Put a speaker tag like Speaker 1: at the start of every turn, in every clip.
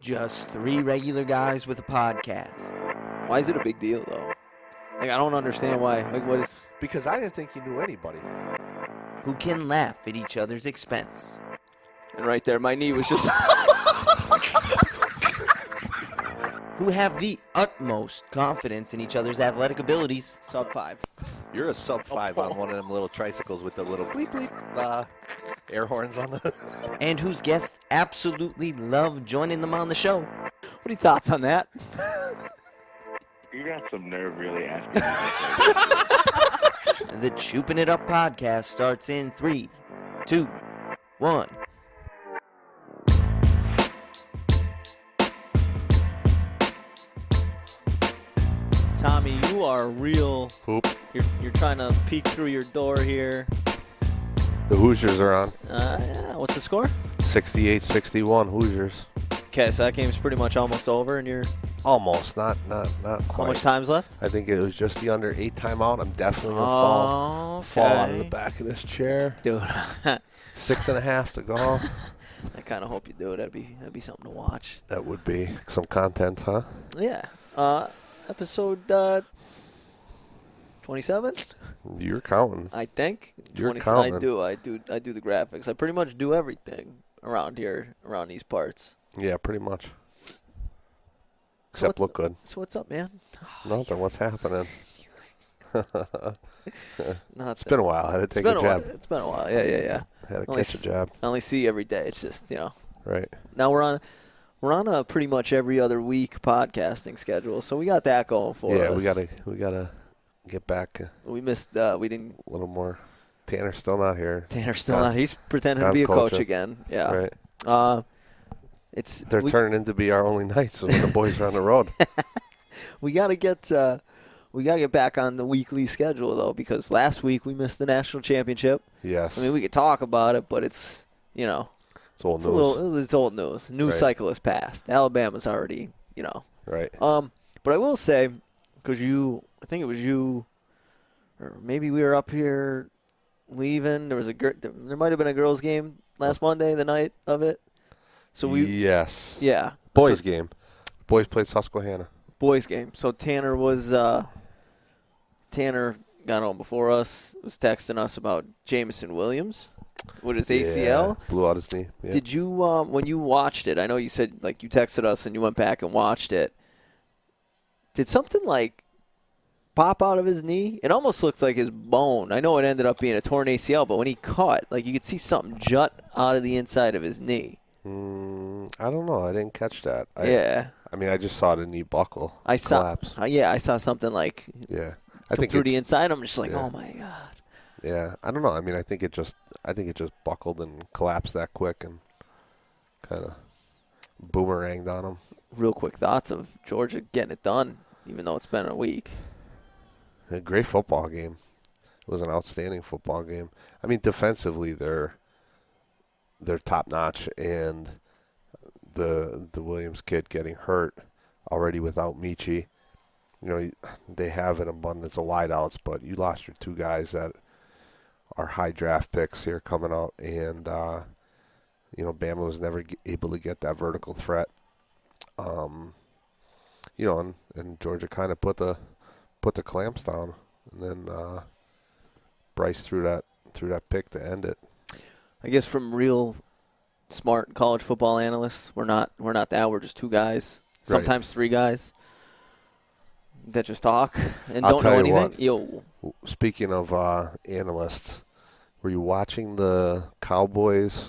Speaker 1: Just three regular guys with a podcast.
Speaker 2: Why is it a big deal though? Like I don't understand why. Like what is?
Speaker 3: Because I didn't think you knew anybody.
Speaker 1: Who can laugh at each other's expense.
Speaker 2: And right there, my knee was just.
Speaker 1: Who have the utmost confidence in each other's athletic abilities.
Speaker 2: Sub five.
Speaker 3: You're a sub
Speaker 4: Oh,
Speaker 3: five on one of them little tricycles with the little bleep bleep uh, air horns on the.
Speaker 1: And whose guests absolutely love joining them on the show.
Speaker 2: What are your thoughts on that?
Speaker 5: You got some nerve really asking. me.
Speaker 1: The Choopin' It Up podcast starts in three, two, one.
Speaker 4: Tommy, you are real.
Speaker 6: Poop.
Speaker 4: You're, you're trying to peek through your door here.
Speaker 6: The Hoosiers are on.
Speaker 4: Uh, yeah, what's the score?
Speaker 6: 68-61 Hoosiers.
Speaker 4: Okay, so that game's pretty much almost over, and you're
Speaker 6: Almost, not not not
Speaker 4: how much
Speaker 6: quite.
Speaker 4: time's left?
Speaker 6: I think it was just the under eight timeout. I'm definitely gonna fall
Speaker 4: Oh,
Speaker 6: fall out of the back of this chair.
Speaker 4: Dude, I
Speaker 6: Six and a half to go.
Speaker 4: kind of hope you do it. That'd be that'd be something to watch.
Speaker 6: that would be some content, huh?
Speaker 4: Yeah. Uh, episode uh, 27,
Speaker 6: You're counting.
Speaker 4: I think.
Speaker 6: You're
Speaker 4: 20 I
Speaker 6: counting.
Speaker 4: do. I do. I do the graphics. I pretty much do everything around here, around these parts.
Speaker 6: Yeah, pretty much. Except
Speaker 4: What-
Speaker 6: look good.
Speaker 4: So what's up, man?
Speaker 6: Nothing. What's happening?
Speaker 4: No, it's
Speaker 6: It's been a while. I had to
Speaker 4: it's
Speaker 6: take
Speaker 4: been
Speaker 6: a
Speaker 4: a
Speaker 6: job.
Speaker 4: while. It's been a while. Yeah, yeah, yeah.
Speaker 6: Had to
Speaker 4: Only
Speaker 6: catch
Speaker 4: s-
Speaker 6: a job.
Speaker 4: I only see you every day. It's just you know.
Speaker 6: Right.
Speaker 4: Now we're on, we're on a pretty much every other week podcasting schedule. So we got that going for
Speaker 6: yeah,
Speaker 4: us.
Speaker 6: we gotta we gotta get back a
Speaker 4: We missed. Uh, we didn't.
Speaker 6: little more. Tanner's still not here.
Speaker 4: Tanner's still
Speaker 6: Gone-
Speaker 4: not. He's pretending to
Speaker 6: gone
Speaker 4: be a coach
Speaker 6: coaching.
Speaker 4: again. Yeah.
Speaker 6: Right.
Speaker 4: Uh, it's
Speaker 6: They're
Speaker 4: we,
Speaker 6: turning into be our only nights when the boys are on the road.
Speaker 4: we gotta get uh, we gotta get back on the weekly schedule though because last week we missed the national championship.
Speaker 6: Yes,
Speaker 4: I mean, we could talk about it, but it's you know
Speaker 6: it's old
Speaker 4: it's
Speaker 6: news,
Speaker 4: a little it's old news. News
Speaker 6: Right.
Speaker 4: cycle has passed. Alabama's already you know
Speaker 6: right?
Speaker 4: Um, but I will say, because you, I think it was you, or maybe we were up here leaving. There was a gir- there might have been a girls' game last Monday, the night of it. So we, yeah,
Speaker 6: yes, boys
Speaker 4: So,
Speaker 6: game. Boys played Susquehanna.
Speaker 4: boys' game. So Tanner was, uh, Tanner got on before us. Was texting us about Jameson Williams with his ACL.
Speaker 6: Yeah, blew out his knee. Yeah.
Speaker 4: Did you um, when you watched it? I know you said like you texted us and you went back and watched it. Did something like pop out of his knee? It almost looked like his bone. I know it ended up being a torn ACL, but when he caught, like you could see something jut out of the inside of his knee.
Speaker 6: mm, I don't know. I didn't catch that. I,
Speaker 4: yeah,
Speaker 6: I mean, I just saw the knee buckle.
Speaker 4: I saw.
Speaker 6: collapse.
Speaker 4: uh, yeah, I saw something like
Speaker 6: Yeah, I
Speaker 4: come
Speaker 6: think.
Speaker 4: through
Speaker 6: It,
Speaker 4: the inside. I'm just like,
Speaker 6: yeah.
Speaker 4: oh my god.
Speaker 6: yeah, I don't know. I mean, I think it just. I think it just buckled and collapsed that quick and kind of boomeranged on him.
Speaker 4: Real quick thoughts of Georgia getting it done, even though it's been a week.
Speaker 6: A great football game. It was an outstanding football game. I mean, defensively, they're they're top notch, and the the Williams kid getting hurt already without Michi. You know, they have an abundance of wideouts, but you lost your two guys that are high draft picks here coming out, and uh, you know, Bama was never g- able to get that vertical threat. Um, you know, and, and Georgia kind of put the put the clamps down, and then uh, Bryce threw that threw that pick to end it.
Speaker 4: I guess from real smart college football analysts, we're not we're not that. We're just two guys,
Speaker 6: Right.
Speaker 4: sometimes three guys that just talk and
Speaker 6: I'll
Speaker 4: don't know
Speaker 6: tell you
Speaker 4: anything. Yo,
Speaker 6: W- Speaking of uh, analysts, were you watching the Cowboys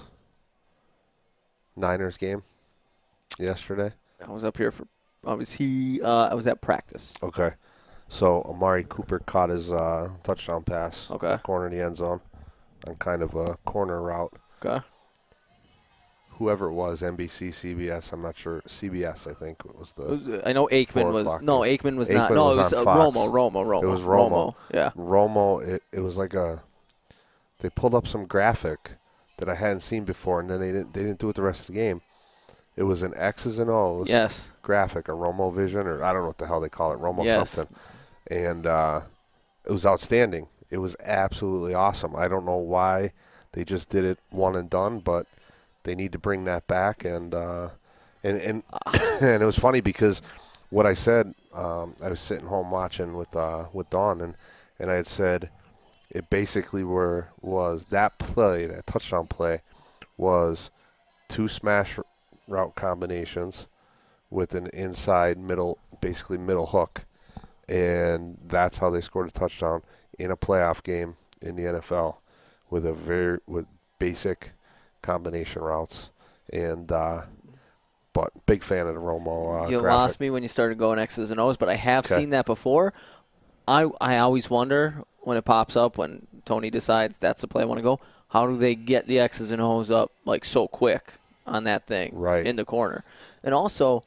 Speaker 6: Niners game yesterday?
Speaker 4: I was up here for I was he uh, I was at practice.
Speaker 6: Okay, so Amari Cooper caught his uh, touchdown pass
Speaker 4: Okay,
Speaker 6: corner of the end zone on kind of a corner route.
Speaker 4: okay,
Speaker 6: Whoever it was, NBC, CBS, I'm not sure. CBS, I think was the
Speaker 4: I know Aikman
Speaker 6: Four
Speaker 4: was
Speaker 6: o'clock.
Speaker 4: no Aikman was not
Speaker 6: Aikman
Speaker 4: no
Speaker 6: was
Speaker 4: it was
Speaker 6: on
Speaker 4: uh,
Speaker 6: Fox.
Speaker 4: Romo Romo Romo
Speaker 6: It was
Speaker 4: Romo
Speaker 6: Romo.
Speaker 4: yeah
Speaker 6: Romo, it, it was like a. They pulled up some graphic that I hadn't seen before, and then they didn't they didn't do it the rest of the game. It was an X's and O's
Speaker 4: yes
Speaker 6: graphic, a Romo Vision, or I don't know what the hell they call it, Romo
Speaker 4: Yes.
Speaker 6: something, and uh, it was outstanding. It was absolutely awesome. I don't know why they just did it one and done, but they need to bring that back, and uh, and and and it was funny because what I said, um, I was sitting home watching with uh, with Dawn, and and I had said it basically were was that play, that touchdown play, was two smash route combinations with an inside middle, basically middle hook, and that's how they scored a touchdown in a playoff game in the NFL with a very with basic combination routes and uh, but big fan of the Romo. Uh,
Speaker 4: you
Speaker 6: graphic.
Speaker 4: lost me when you started going X's and O's, but I have
Speaker 6: Okay.
Speaker 4: seen that before. I I always wonder when it pops up when Tony decides that's the play I want to go. How do they get the X's and O's up like so quick on that thing
Speaker 6: Right.
Speaker 4: in the corner? And also,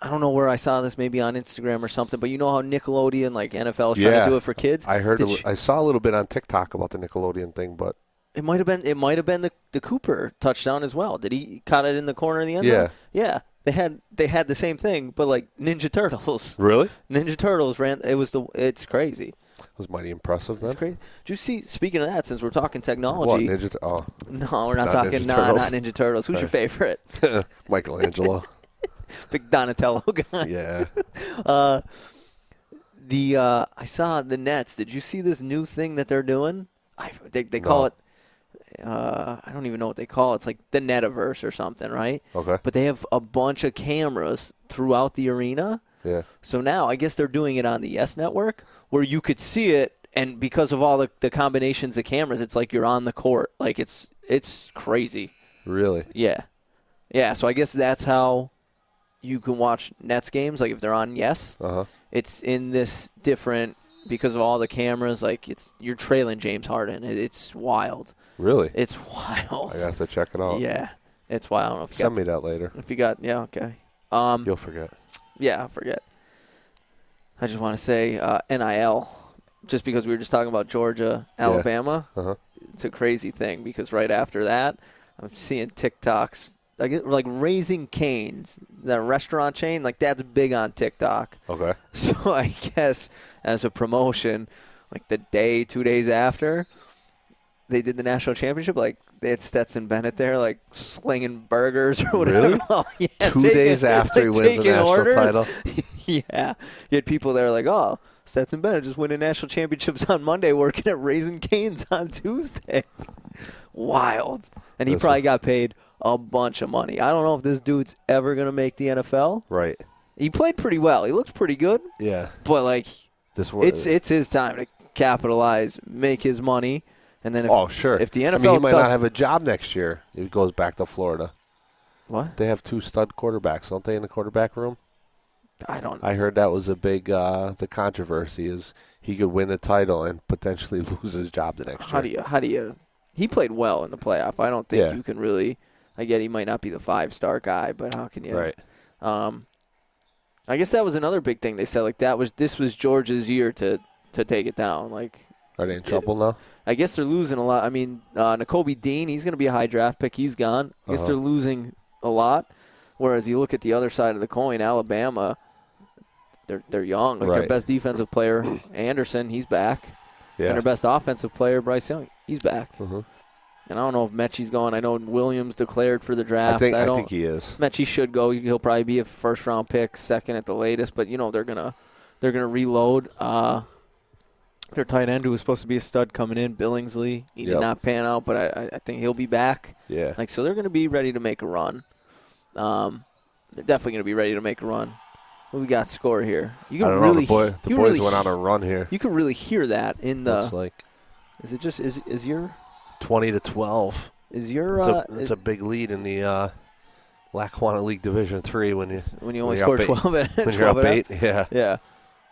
Speaker 4: I don't know where I saw this, maybe on Instagram or something, but you know how Nickelodeon, like NFL, is trying
Speaker 6: Yeah.
Speaker 4: to do it for kids.
Speaker 6: I heard, a
Speaker 4: Did
Speaker 6: li-
Speaker 4: you-
Speaker 6: I saw a little bit on TikTok about the Nickelodeon thing, but
Speaker 4: It might have been it might have been the, the Cooper touchdown as well. Did he caught it in the corner of the end
Speaker 6: Yeah.
Speaker 4: zone? Yeah. They had they had the same thing, but like Ninja Turtles.
Speaker 6: really, it
Speaker 4: Ninja Turtles ran it was the it's crazy.
Speaker 6: was mighty impressive. Then
Speaker 4: It's crazy. Do you see speaking of that, since we're talking
Speaker 6: what
Speaker 4: technology
Speaker 6: Ninja? T- oh,
Speaker 4: No, we're not,
Speaker 6: Not
Speaker 4: talking
Speaker 6: Ninja
Speaker 4: no,
Speaker 6: Turtles.
Speaker 4: not Ninja Turtles. Who's your favorite?
Speaker 6: Michelangelo.
Speaker 4: Big Donatello guy.
Speaker 6: yeah,
Speaker 4: Uh the uh I saw the Nets. Did you see this new thing that they're doing? I they they call
Speaker 6: No.
Speaker 4: it uh, I don't even know what they call it. It's like the Netaverse or something, right?
Speaker 6: okay,
Speaker 4: but they have a bunch of cameras throughout the arena.
Speaker 6: yeah,
Speaker 4: So now I guess they're doing it on the Yes Network where you could see it and because of all the, the combinations of cameras, it's like you're on the court. Like it's it's crazy.
Speaker 6: really.
Speaker 4: Yeah. Yeah, so I guess that's how you can watch Nets games, like if they're on Yes.
Speaker 6: Uh huh.
Speaker 4: It's in this different because of all the cameras, like it's you're trailing James Harden. It, it's wild.
Speaker 6: Really,
Speaker 4: It's wild.
Speaker 6: I have to check it out.
Speaker 4: Yeah. It's wild. I don't know if you got
Speaker 6: Send me that later.
Speaker 4: if you got yeah, okay. Um
Speaker 6: You'll forget.
Speaker 4: yeah, I forget. I just want to say uh, NIL, just because we were just talking about Georgia, Alabama.
Speaker 6: Uh-huh.
Speaker 4: It's a crazy thing because right after that, I'm seeing TikToks like like raising canes, that restaurant chain, like that's big on TikTok.
Speaker 6: Okay.
Speaker 4: So I guess as a promotion, like the day, two days after they did the national championship, like they had Stetson Bennett there, like slinging burgers or whatever.
Speaker 6: Really?
Speaker 4: Oh, yeah,
Speaker 6: Two
Speaker 4: taking-
Speaker 6: days after he
Speaker 4: like,
Speaker 6: wins the
Speaker 4: taking
Speaker 6: national
Speaker 4: orders.
Speaker 6: title.
Speaker 4: yeah, you had people there like, oh, Stetson Bennett just winning national championships on Monday, working at Raising Canes on Tuesday. Wild, and he
Speaker 6: That's
Speaker 4: probably got paid a bunch of money. I don't know if this dude's ever gonna make the NFL.
Speaker 6: Right.
Speaker 4: He played pretty well. He looked pretty good,
Speaker 6: Yeah.
Speaker 4: but like
Speaker 6: This one.
Speaker 4: it's it's his time to capitalize, make his money, and then if,
Speaker 6: oh sure.
Speaker 4: if the
Speaker 6: I
Speaker 4: NFL
Speaker 6: mean, he might
Speaker 4: does
Speaker 6: not have a job next year. He goes back to Florida.
Speaker 4: what
Speaker 6: They have two stud quarterbacks, don't they, in the quarterback room?
Speaker 4: I don't
Speaker 6: I heard that was a big uh, the controversy is he could win a title and potentially lose his job the next
Speaker 4: how
Speaker 6: year.
Speaker 4: do you how do you he played well in the playoff. I don't think
Speaker 6: Yeah.
Speaker 4: you can really. I get he might not be the five star guy, but how can you?
Speaker 6: Right.
Speaker 4: Um, I guess that was another big thing they said. Like that was this was George's year to to take it down. Like
Speaker 6: Are they in trouble now?
Speaker 4: I guess they're losing a lot. I mean, uh, N'Kobe Dean, he's going to be a high draft pick. He's gone. I guess
Speaker 6: Uh-huh.
Speaker 4: they're losing a lot. Whereas you look at the other side of the coin, Alabama, they're they're young. Like their
Speaker 6: Right.
Speaker 4: best defensive player, Anderson, he's back. And their best offensive player, Bryce Young, he's back.
Speaker 6: Mhm.
Speaker 4: And I don't know if Mechie's going. I know Williams declared for the draft.
Speaker 6: I think I
Speaker 4: don't,
Speaker 6: think he is.
Speaker 4: Mechie should go. He'll probably be a first round pick, second at the latest. But you know they're gonna they're gonna reload. Uh, their tight end who was supposed to be a stud coming in, Billingsley, he did
Speaker 6: Yep.
Speaker 4: not pan out, but I, I- I think he'll be back.
Speaker 6: Yeah.
Speaker 4: Like so, they're gonna be ready to make a run. Um, they're definitely gonna be ready to make a run. What we got score here? You
Speaker 6: I
Speaker 4: can
Speaker 6: don't
Speaker 4: really
Speaker 6: know. The, boy,
Speaker 4: you
Speaker 6: the
Speaker 4: can
Speaker 6: boys
Speaker 4: really
Speaker 6: went on a run here.
Speaker 4: You can really hear that in the.
Speaker 6: Looks like
Speaker 4: Is it just is is your
Speaker 6: twenty to twelve.
Speaker 4: is your
Speaker 6: It's,
Speaker 4: uh,
Speaker 6: a, it's a big lead in the uh, Lackawanna League Division Three when you
Speaker 4: is- when you only
Speaker 6: when
Speaker 4: score
Speaker 6: you're up eight-
Speaker 4: twelve and
Speaker 6: when
Speaker 4: 12
Speaker 6: you're up
Speaker 4: and
Speaker 6: eight. Yeah.
Speaker 4: Yeah.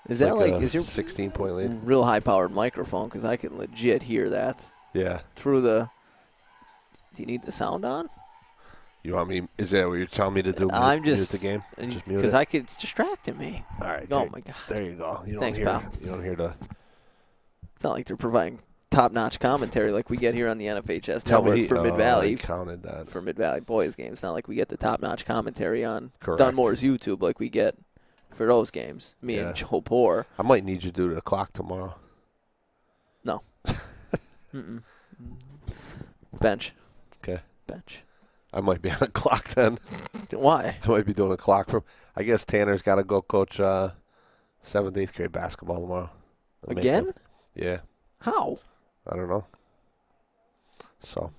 Speaker 4: Is that like,
Speaker 6: a
Speaker 4: is your Mm.
Speaker 6: sixteen point lead?
Speaker 4: real high powered microphone because I can legit hear that
Speaker 6: Yeah.
Speaker 4: through the. Do you need the sound on?
Speaker 6: You want me? Is that what you're telling me to do?
Speaker 4: I'm
Speaker 6: Mute- mute
Speaker 4: just
Speaker 6: the game. Just mute
Speaker 4: because
Speaker 6: it?
Speaker 4: I could. It's distracting me.
Speaker 6: All right.
Speaker 4: Oh
Speaker 6: there-
Speaker 4: my god!
Speaker 6: There you go. You don't
Speaker 4: Thanks,
Speaker 6: hear.
Speaker 4: pal.
Speaker 6: You don't hear the.
Speaker 4: It's not like they're providing top notch commentary like we get here on the NFHS
Speaker 6: Tell
Speaker 4: network
Speaker 6: me
Speaker 4: for Mid
Speaker 6: oh,
Speaker 4: Valley
Speaker 6: I counted that.
Speaker 4: for Mid Valley boys games. It's not like we get the top notch commentary on
Speaker 6: Correct.
Speaker 4: Dunmore's YouTube like we get for those games. Me
Speaker 6: Yeah.
Speaker 4: and Joe Poor.
Speaker 6: I might need you to do the clock tomorrow.
Speaker 4: Mm-mm. Bench.
Speaker 6: Okay.
Speaker 4: Bench.
Speaker 6: I might be on a clock then.
Speaker 4: Why?
Speaker 6: I might be doing a clock from. I guess Tanner's got to go coach uh, seventh, eighth grade basketball tomorrow. I'll make him.
Speaker 4: Again?
Speaker 6: Yeah,
Speaker 4: How?
Speaker 6: I don't know. So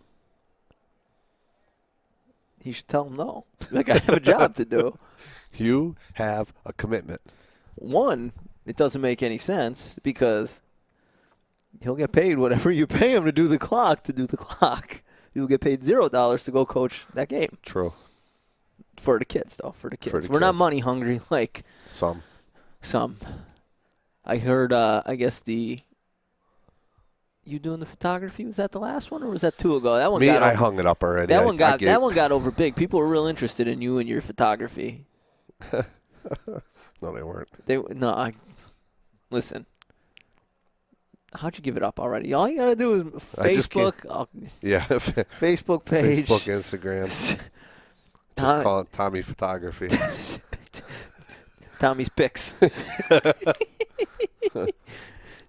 Speaker 4: He should tell him no. Like I have a job to do.
Speaker 6: you have a commitment.
Speaker 4: One, it doesn't make any sense because he'll get paid whatever you pay him to do the clock to do the clock. You'll get paid zero dollars to go coach that game
Speaker 6: True.
Speaker 4: for the kids, though. For the kids,
Speaker 6: the
Speaker 4: we're not
Speaker 6: kids.
Speaker 4: money hungry like
Speaker 6: Some.
Speaker 4: some. I heard. Uh, I guess the you doing the photography was that the last one or was that two ago? That one
Speaker 6: Me,
Speaker 4: got
Speaker 6: I
Speaker 4: over,
Speaker 6: hung it up already.
Speaker 4: that
Speaker 6: I-
Speaker 4: one
Speaker 6: I
Speaker 4: got
Speaker 6: get
Speaker 4: that
Speaker 6: it.
Speaker 4: one got over big. People were real interested in you and your photography.
Speaker 6: No, they weren't.
Speaker 4: They no. I listen. How'd you give it up already? All you gotta do is
Speaker 6: I just can't-
Speaker 4: Facebook, oh,
Speaker 6: Yeah.
Speaker 4: Facebook page.
Speaker 6: Facebook, Instagram. Just
Speaker 4: Tom-
Speaker 6: call it Tommy Photography.
Speaker 4: Tommy's picks.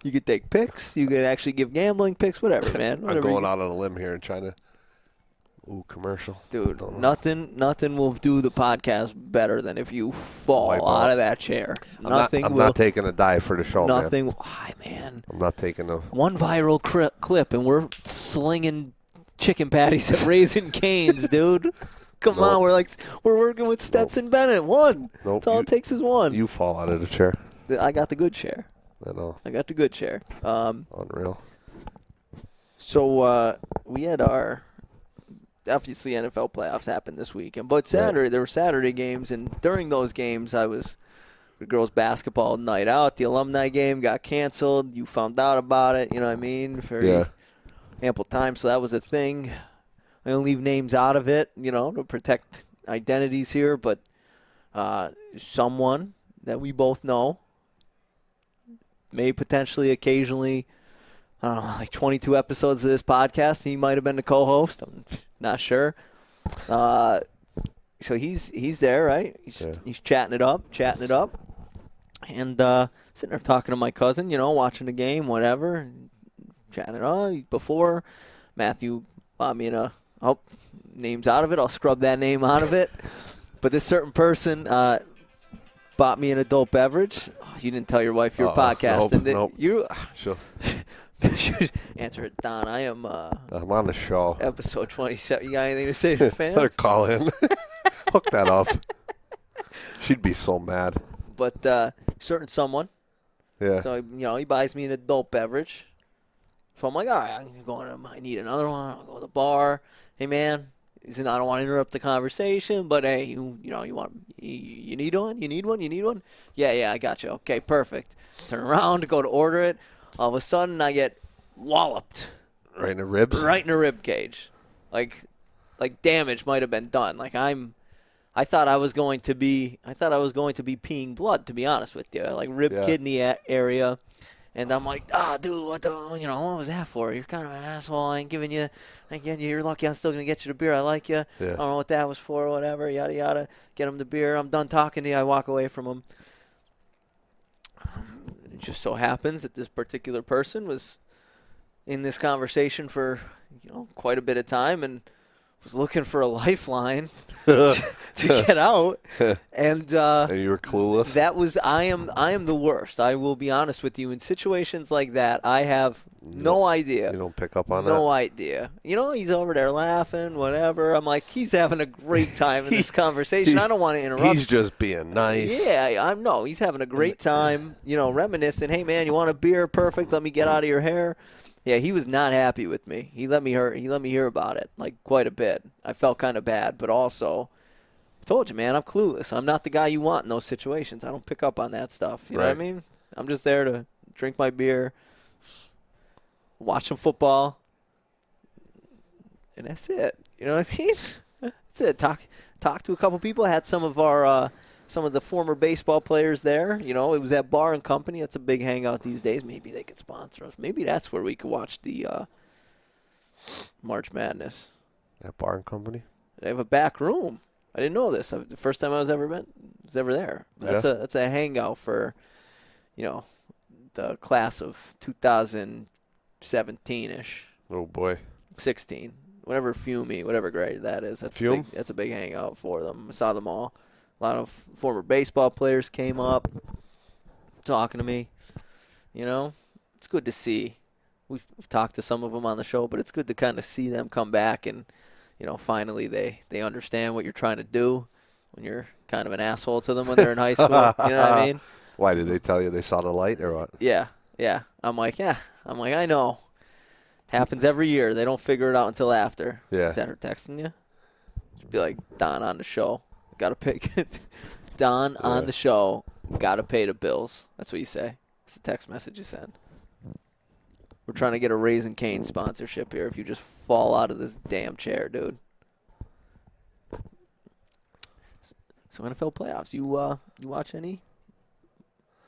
Speaker 4: you could take picks. You could actually give gambling picks. Whatever, man. Whatever
Speaker 6: I'm
Speaker 4: you
Speaker 6: going out on a limb here and trying to. Ooh, commercial.
Speaker 4: Dude,
Speaker 6: Don't know.
Speaker 4: nothing, nothing will do the podcast better than if you fall
Speaker 6: Wipe
Speaker 4: out
Speaker 6: out.
Speaker 4: of that chair.
Speaker 6: I'm not-
Speaker 4: nothing
Speaker 6: I'm
Speaker 4: will.
Speaker 6: not taking a dive for the show, man.
Speaker 4: nothing. Why, man?
Speaker 6: I'm not taking a.
Speaker 4: One viral cri- clip, and we're slinging chicken patties at Raising Canes, dude. Come
Speaker 6: Nope.
Speaker 4: on, we're like we're working with Stetson Bennett. One.
Speaker 6: Nope,
Speaker 4: That's all
Speaker 6: you-
Speaker 4: it takes is one.
Speaker 6: You fall out of the chair.
Speaker 4: I got the good chair.
Speaker 6: I know.
Speaker 4: I got the good chair. Um,
Speaker 6: Unreal.
Speaker 4: So uh, we had our obviously NFL playoffs happened this weekend, but Saturday there were Saturday games, and during those games I was the girls basketball night out. The alumni game got canceled. You found out about it. You know what I mean? Very
Speaker 6: Yeah.
Speaker 4: ample time, so that was a thing. I'm gonna leave names out of it, you know, to protect identities here, but uh, someone that we both know may potentially occasionally I don't know, like 22 episodes of this podcast. He might have been the co-host. I'm not sure. Uh, so he's he's there, right? He's,
Speaker 6: Yeah.
Speaker 4: he's chatting it up, chatting it up, and uh, sitting there talking to my cousin. You know, watching the game, whatever, and chatting it up. "Oh, Before Matthew, I mean, uh, oh, names out of it. I'll scrub that name out of it. but this certain person uh, bought me an adult beverage. Oh, you didn't tell your wife you were
Speaker 6: Uh-oh.
Speaker 4: podcasting.
Speaker 6: Nope,
Speaker 4: did-
Speaker 6: nope.
Speaker 4: You.
Speaker 6: Sure.
Speaker 4: Answer it, Don. I am uh,
Speaker 6: I'm on the show.
Speaker 4: episode 27. You got anything to say to the
Speaker 6: Let her
Speaker 4: fans?
Speaker 6: call in. Hook that up. She'd be so mad.
Speaker 4: but uh, certain someone.
Speaker 6: Yeah.
Speaker 4: So, you know, he buys me an adult beverage. So I'm like, all right, I'm going to, I need another one. I'll go to the bar. Hey, man. He said, I don't want to interrupt the conversation, but hey, you, you know, you want, you, you need one? You need one? You need one? Yeah, yeah, I got you. Okay, perfect. Turn around, go to order it. All of a sudden, I get walloped.
Speaker 6: right in the ribs.
Speaker 4: right in a rib cage. Like like damage might have been done. Like I'm I thought I was going to be I thought I was going to be peeing blood to be honest with you. Like rib
Speaker 6: Yeah.
Speaker 4: kidney a- area. And I'm like, ah, dude, what the, you know, what was that for? You're kind of an asshole. I ain't giving you, I ain't giving you. You're lucky. I'm still gonna get you the beer. I like you.
Speaker 6: Yeah.
Speaker 4: I don't know what that was for. Whatever. Yada yada. Get him the beer. I'm done talking to you. I walk away from him. Um, It just so happens that this particular person was in this conversation for you know quite a bit of time and was looking for a lifeline to get out and uh,
Speaker 6: And you were clueless.
Speaker 4: that was i am i am the worst i will be honest with you in situations like that i have no idea
Speaker 6: you don't pick up on
Speaker 4: no idea. You know, he's over there laughing, whatever. I'm like, he's having a great time in this
Speaker 6: that.
Speaker 4: conversation. I don't want to
Speaker 6: He's
Speaker 4: interrupt.
Speaker 6: just being nice. uh,
Speaker 4: Yeah, I- I'm no. He's having a great time, you know, reminiscing. Hey, man, you want a beer? Perfect. Let me get out of your hair. Yeah, he was not happy with me. He let me hear. He let me hear about it like quite a bit. I felt kind of bad, but also, I told you, man, I'm clueless. I'm not the guy you want in those situations. I don't pick up on that stuff. You know what I
Speaker 6: Right.
Speaker 4: mean? I'm just there to drink my beer, watch some football, and that's it. You know what I mean? that's it. Talk talk to a couple people. Had some of our uh, some of the former baseball players there. You know, it was at Bar and Company. That's a big hangout these days. Maybe they could sponsor us. Maybe that's where we could watch the uh, March Madness.
Speaker 6: That bar and company.
Speaker 4: They have a back room. I didn't know this. The first time I was ever been was ever there. That's
Speaker 6: Yeah.
Speaker 4: a that's a hangout for, you know, the class of 2017 ish,
Speaker 6: Oh boy.
Speaker 4: 16. whatever Fume, whatever grade that is. That's a
Speaker 6: Fume?
Speaker 4: big, that's a big hangout for them. I saw them all. A lot of former baseball players came up talking to me. You know, it's good to see. We've, we've talked to some of them on the show, but it's good to kind of see them come back and you know finally they they understand what you're trying to do when you're kind of an asshole to them when they're in high school. You know what I mean?
Speaker 6: Why did they tell you they saw the light or what?
Speaker 4: Yeah, yeah. I'm like, yeah. I'm like, I know. Happens every year. They don't figure it out until after.
Speaker 6: Yeah.
Speaker 4: Is that her texting you? Just be like, Don on the show. Got to pick Don on
Speaker 6: Yeah.
Speaker 4: the show. Got to pay the bills. That's what you say. It's a text message you send. We're trying to get a Raisin Cane sponsorship here. If you just fall out of this damn chair, dude. So NFL playoffs. You uh, you watch any?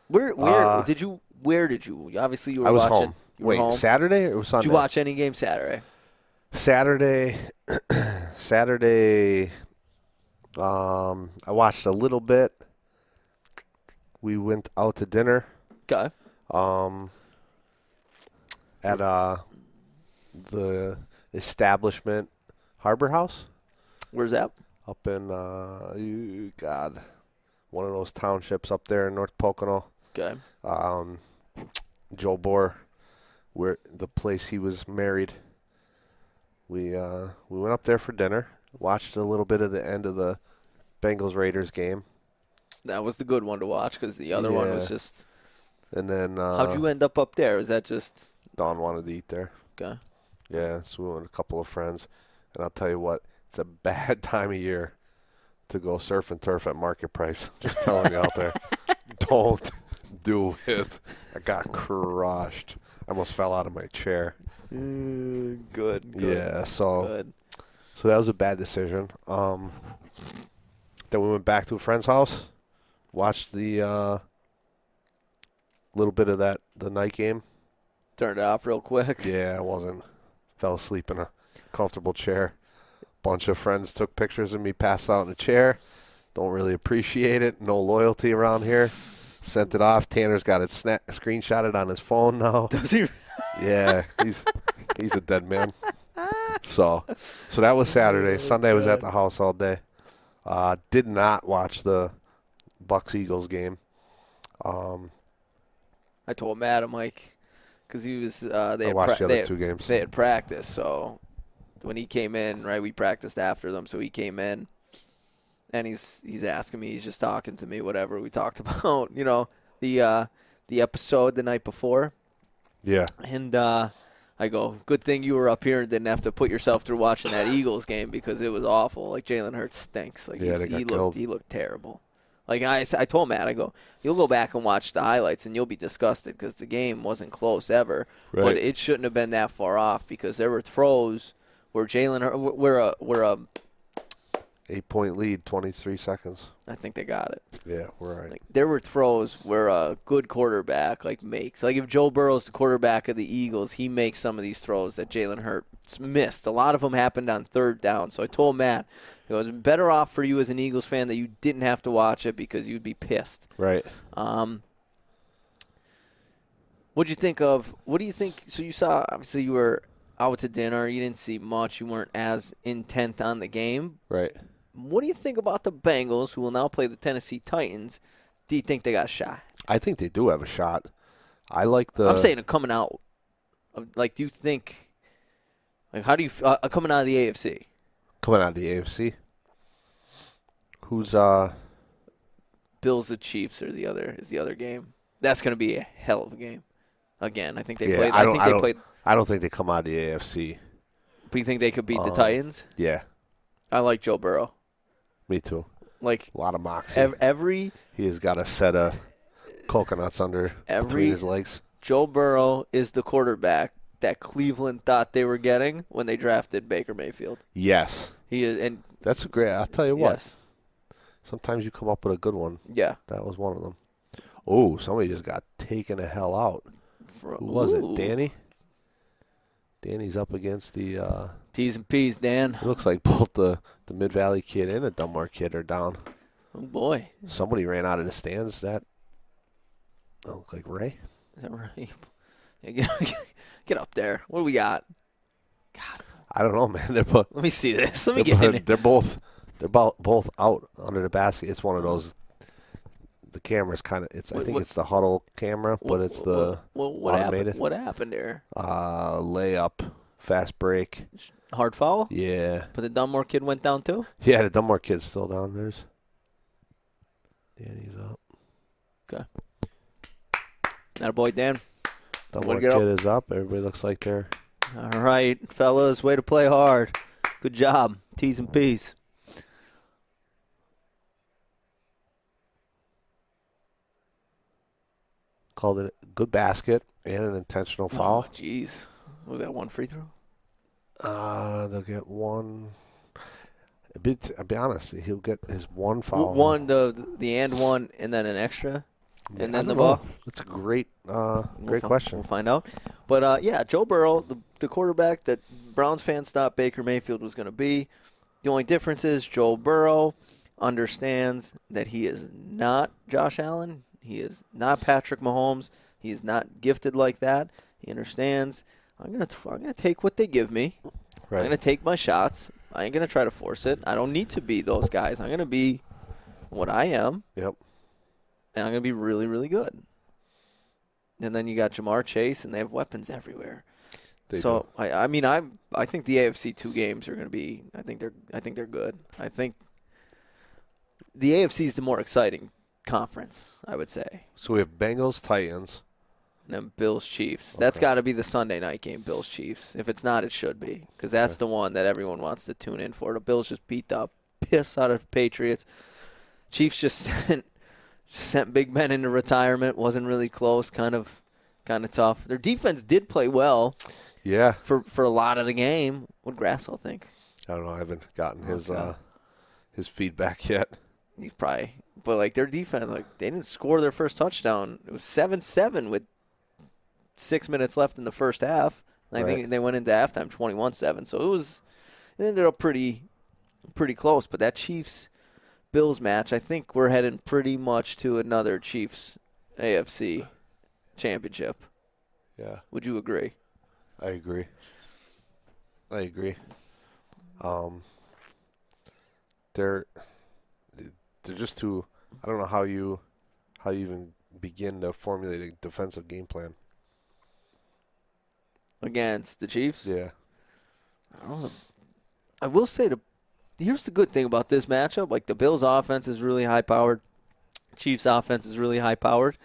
Speaker 4: Where where
Speaker 6: Uh,
Speaker 4: did you? Where did you? Obviously, you were
Speaker 6: I was
Speaker 4: watching.
Speaker 6: home.
Speaker 4: You were
Speaker 6: Wait,
Speaker 4: home.
Speaker 6: Saturday or
Speaker 4: Did
Speaker 6: Sunday?
Speaker 4: you watch any game Saturday?
Speaker 6: Saturday, Saturday. Um, I watched a little bit. We went out to dinner.
Speaker 4: Okay.
Speaker 6: Um, at uh, the establishment Harbor House
Speaker 4: Where's that?
Speaker 6: up in uh, you- God, one of those townships up there in North Pocono.
Speaker 4: Okay.
Speaker 6: um, Joe Bohr, where the place he was married. We uh, we went up there for dinner, watched a little bit of the end of the Bengals Raiders game,
Speaker 4: That was the good one to watch because the other one was
Speaker 6: Yeah.
Speaker 4: just.
Speaker 6: and then uh,
Speaker 4: How'd you end up up there? Was that just
Speaker 6: Don wanted to eat there.
Speaker 4: okay?
Speaker 6: Yeah, so we went with a couple of friends, and I'll tell you what, it's a bad time of year to go surf and turf at market price. Just telling you out there, don't do it. I got crushed. I almost fell out of my chair.
Speaker 4: Good. Good.
Speaker 6: Mm, yeah, so.
Speaker 4: Good.
Speaker 6: So that was a bad decision. Um, then we went back to a friend's house, watched the uh, little bit of that the night game.
Speaker 4: Turned it off real quick.
Speaker 6: Yeah, I wasn't. Fell asleep in a comfortable chair. Bunch of friends took pictures of me passed out in a chair. Don't really appreciate it. No loyalty around here. Sent it off. Tanner's got it sna- screenshotted on his phone now.
Speaker 4: Does he?
Speaker 6: Yeah, he's he's a dead man. So, so that was
Speaker 4: Oh,
Speaker 6: Saturday. Sunday was at the house all day. Uh, did not watch the Bucks Eagles game. Um,
Speaker 4: I told Matt, I'm like, because he was. Uh, they
Speaker 6: I
Speaker 4: had
Speaker 6: watched
Speaker 4: pra-
Speaker 6: the
Speaker 4: they
Speaker 6: other
Speaker 4: had-
Speaker 6: two games.
Speaker 4: They had practice, so when he came in, right, we practiced after them. So he came in, and he's he's asking me, he's just talking to me, whatever we talked about, you know, the uh, the episode the night before,
Speaker 6: Yeah,
Speaker 4: and uh, I go, good thing you were up here and didn't have to put yourself through watching that Eagles game because it was awful. Like Jalen Hurts stinks. Like
Speaker 6: Yeah,
Speaker 4: he's-
Speaker 6: they got
Speaker 4: he
Speaker 6: killed.
Speaker 4: looked he looked terrible. Like I, s- I told Matt, I go, you'll go back and watch the highlights and you'll be disgusted because the game wasn't close ever, but
Speaker 6: Right.
Speaker 4: it shouldn't have been that far off because there were throws where Jalen, Hur- wh- where a where um, a,
Speaker 6: eight point lead, twenty three seconds.
Speaker 4: I think they got it.
Speaker 6: Yeah, we're all right.
Speaker 4: Like there were throws where a good quarterback like makes. Like if Joe Burrow's the quarterback of the Eagles, he makes some of these throws that Jalen Hurts missed. A lot of them happened on third down. So I told Matt, it was better off for you as an Eagles fan that you didn't have to watch it because you'd be pissed.
Speaker 6: right.
Speaker 4: Um, what'd you think of? What do you think? So you saw obviously you were out to dinner. You didn't see much. You weren't as intent on the game,
Speaker 6: Right.
Speaker 4: what do you think about the Bengals, who will now play the Tennessee Titans? Do you think they got a shot?
Speaker 6: I think they do have a shot. I like the.
Speaker 4: I'm saying a coming out. of- Like, do you think? Like, how do you f- uh, uh, coming out of the AFC?
Speaker 6: coming out of the AFC. Who's uh?
Speaker 4: Bills, the Chiefs, or the other is the other game. That's going to be a hell of a game. Again, I think they
Speaker 6: yeah,
Speaker 4: played.
Speaker 6: I
Speaker 4: I,
Speaker 6: don't.
Speaker 4: think
Speaker 6: I
Speaker 4: they
Speaker 6: don't,
Speaker 4: played.
Speaker 6: I don't think they come out of the AFC.
Speaker 4: But you think they could beat the
Speaker 6: Um,
Speaker 4: Titans?
Speaker 6: Yeah,
Speaker 4: I like Joe Burrow.
Speaker 6: me too.
Speaker 4: Like
Speaker 6: A lot of moxie.
Speaker 4: ev- every
Speaker 6: He has got a set of coconuts under
Speaker 4: Every-
Speaker 6: between his legs.
Speaker 4: Joe Burrow is the quarterback that Cleveland thought they were getting when they drafted Baker Mayfield.
Speaker 6: Yes,
Speaker 4: He is, and
Speaker 6: that's a great. I'll tell you what.
Speaker 4: yes,
Speaker 6: Sometimes you come up with a good one.
Speaker 4: yeah.
Speaker 6: That was one of them. Oh, somebody just got taken the hell out.
Speaker 4: For-
Speaker 6: Who was
Speaker 4: Ooh.
Speaker 6: it? Danny. Danny's up against the. Uh,
Speaker 4: T's and P's, Dan.
Speaker 6: it looks like both the the Mid Valley kid and the Dunmore kid are down.
Speaker 4: Oh boy,
Speaker 6: Somebody ran out of the stands. That. That looked like Ray.
Speaker 4: is that right? Yeah, Get, get up there. What do we got? God,
Speaker 6: I don't know, man. They're both.
Speaker 4: Let me see this. Let me
Speaker 6: They're,
Speaker 4: get in
Speaker 6: both,
Speaker 4: it.
Speaker 6: they're both. They're both both out under the basket. It's one of those. The camera's kind of. It's. I
Speaker 4: Uh-huh. What-
Speaker 6: think
Speaker 4: what-
Speaker 6: it's the huddle camera, but it's the
Speaker 4: what, what happened?
Speaker 6: automated.
Speaker 4: What happened there?
Speaker 6: uh, layup, fast break.
Speaker 4: Hard foul.
Speaker 6: Yeah,
Speaker 4: But the Dunmore kid went down too.
Speaker 6: yeah. The Dunmore kid's still down there. Danny's up.
Speaker 4: That boy, Dan.
Speaker 6: Dunmore
Speaker 4: get
Speaker 6: kid
Speaker 4: up.
Speaker 6: is up. Everybody looks like they're.
Speaker 4: All right, fellas, way to play hard. Good job. T's and P's.
Speaker 6: called it a good basket and an intentional
Speaker 4: Oh,
Speaker 6: foul.
Speaker 4: jeez. Was that one free throw?
Speaker 6: Uh, they'll get one. A bit, I'll be honest, he'll get his one foul.
Speaker 4: One the the and one, and then an extra,
Speaker 6: Yeah,
Speaker 4: and
Speaker 6: I
Speaker 4: then the
Speaker 6: don't know.
Speaker 4: ball.
Speaker 6: It's a great, uh,
Speaker 4: We'll
Speaker 6: great
Speaker 4: fi-
Speaker 6: question.
Speaker 4: We'll find out. But uh, yeah, Joe Burrow, the, the quarterback that Browns fans thought Baker Mayfield was going to be. The only difference is Joe Burrow understands that he is not Josh Allen. He is not Patrick Mahomes. He is not gifted like that. He understands. I'm gonna th- I'm gonna take what they give me.
Speaker 6: Right.
Speaker 4: I'm gonna take my shots. I ain't gonna try to force it. I don't need to be those guys. I'm gonna be what I am
Speaker 6: Yep.
Speaker 4: and I'm going to be really, really good. And then you got Jamar Chase, and they have weapons everywhere.
Speaker 6: They
Speaker 4: so I, I mean, I am I think the AFC two games are going to be. I think they're I think they're good. I think the AFC is the more exciting conference, I would say.
Speaker 6: So we have Bengals, Titans.
Speaker 4: And then Bills Chiefs. That's got to be the Sunday night game. Bills Chiefs. If it's not, it should be because that's the one that everyone wants to tune in for. The Bills just beat the piss out of the Patriots. Chiefs just sent just sent Big Ben into retirement. wasn't really close. Kind of kind of tough. Their defense did play well
Speaker 6: Yeah.
Speaker 4: for for a lot of the game. What Grassel think?
Speaker 6: I don't know. I haven't gotten his
Speaker 4: Okay.
Speaker 6: uh, his feedback yet.
Speaker 4: He's probably but like their defense, like they didn't score their first touchdown. It was seven seven with six minutes left in the first half. And I think
Speaker 6: Right.
Speaker 4: they went into halftime twenty one seven. So it was it ended up pretty pretty close. But that Chiefs Bills match, I think we're heading pretty much to another Chiefs AFC championship.
Speaker 6: Yeah,
Speaker 4: Would you agree?
Speaker 6: I agree. I agree. Um, they're they're just too. I don't know how you how you even begin to formulate a defensive game plan.
Speaker 4: Against the Chiefs?
Speaker 6: Yeah.
Speaker 4: I don't know. I will say the here's the good thing about this matchup. Like the Bills' offense is really high powered. Chiefs' offense is really high powered.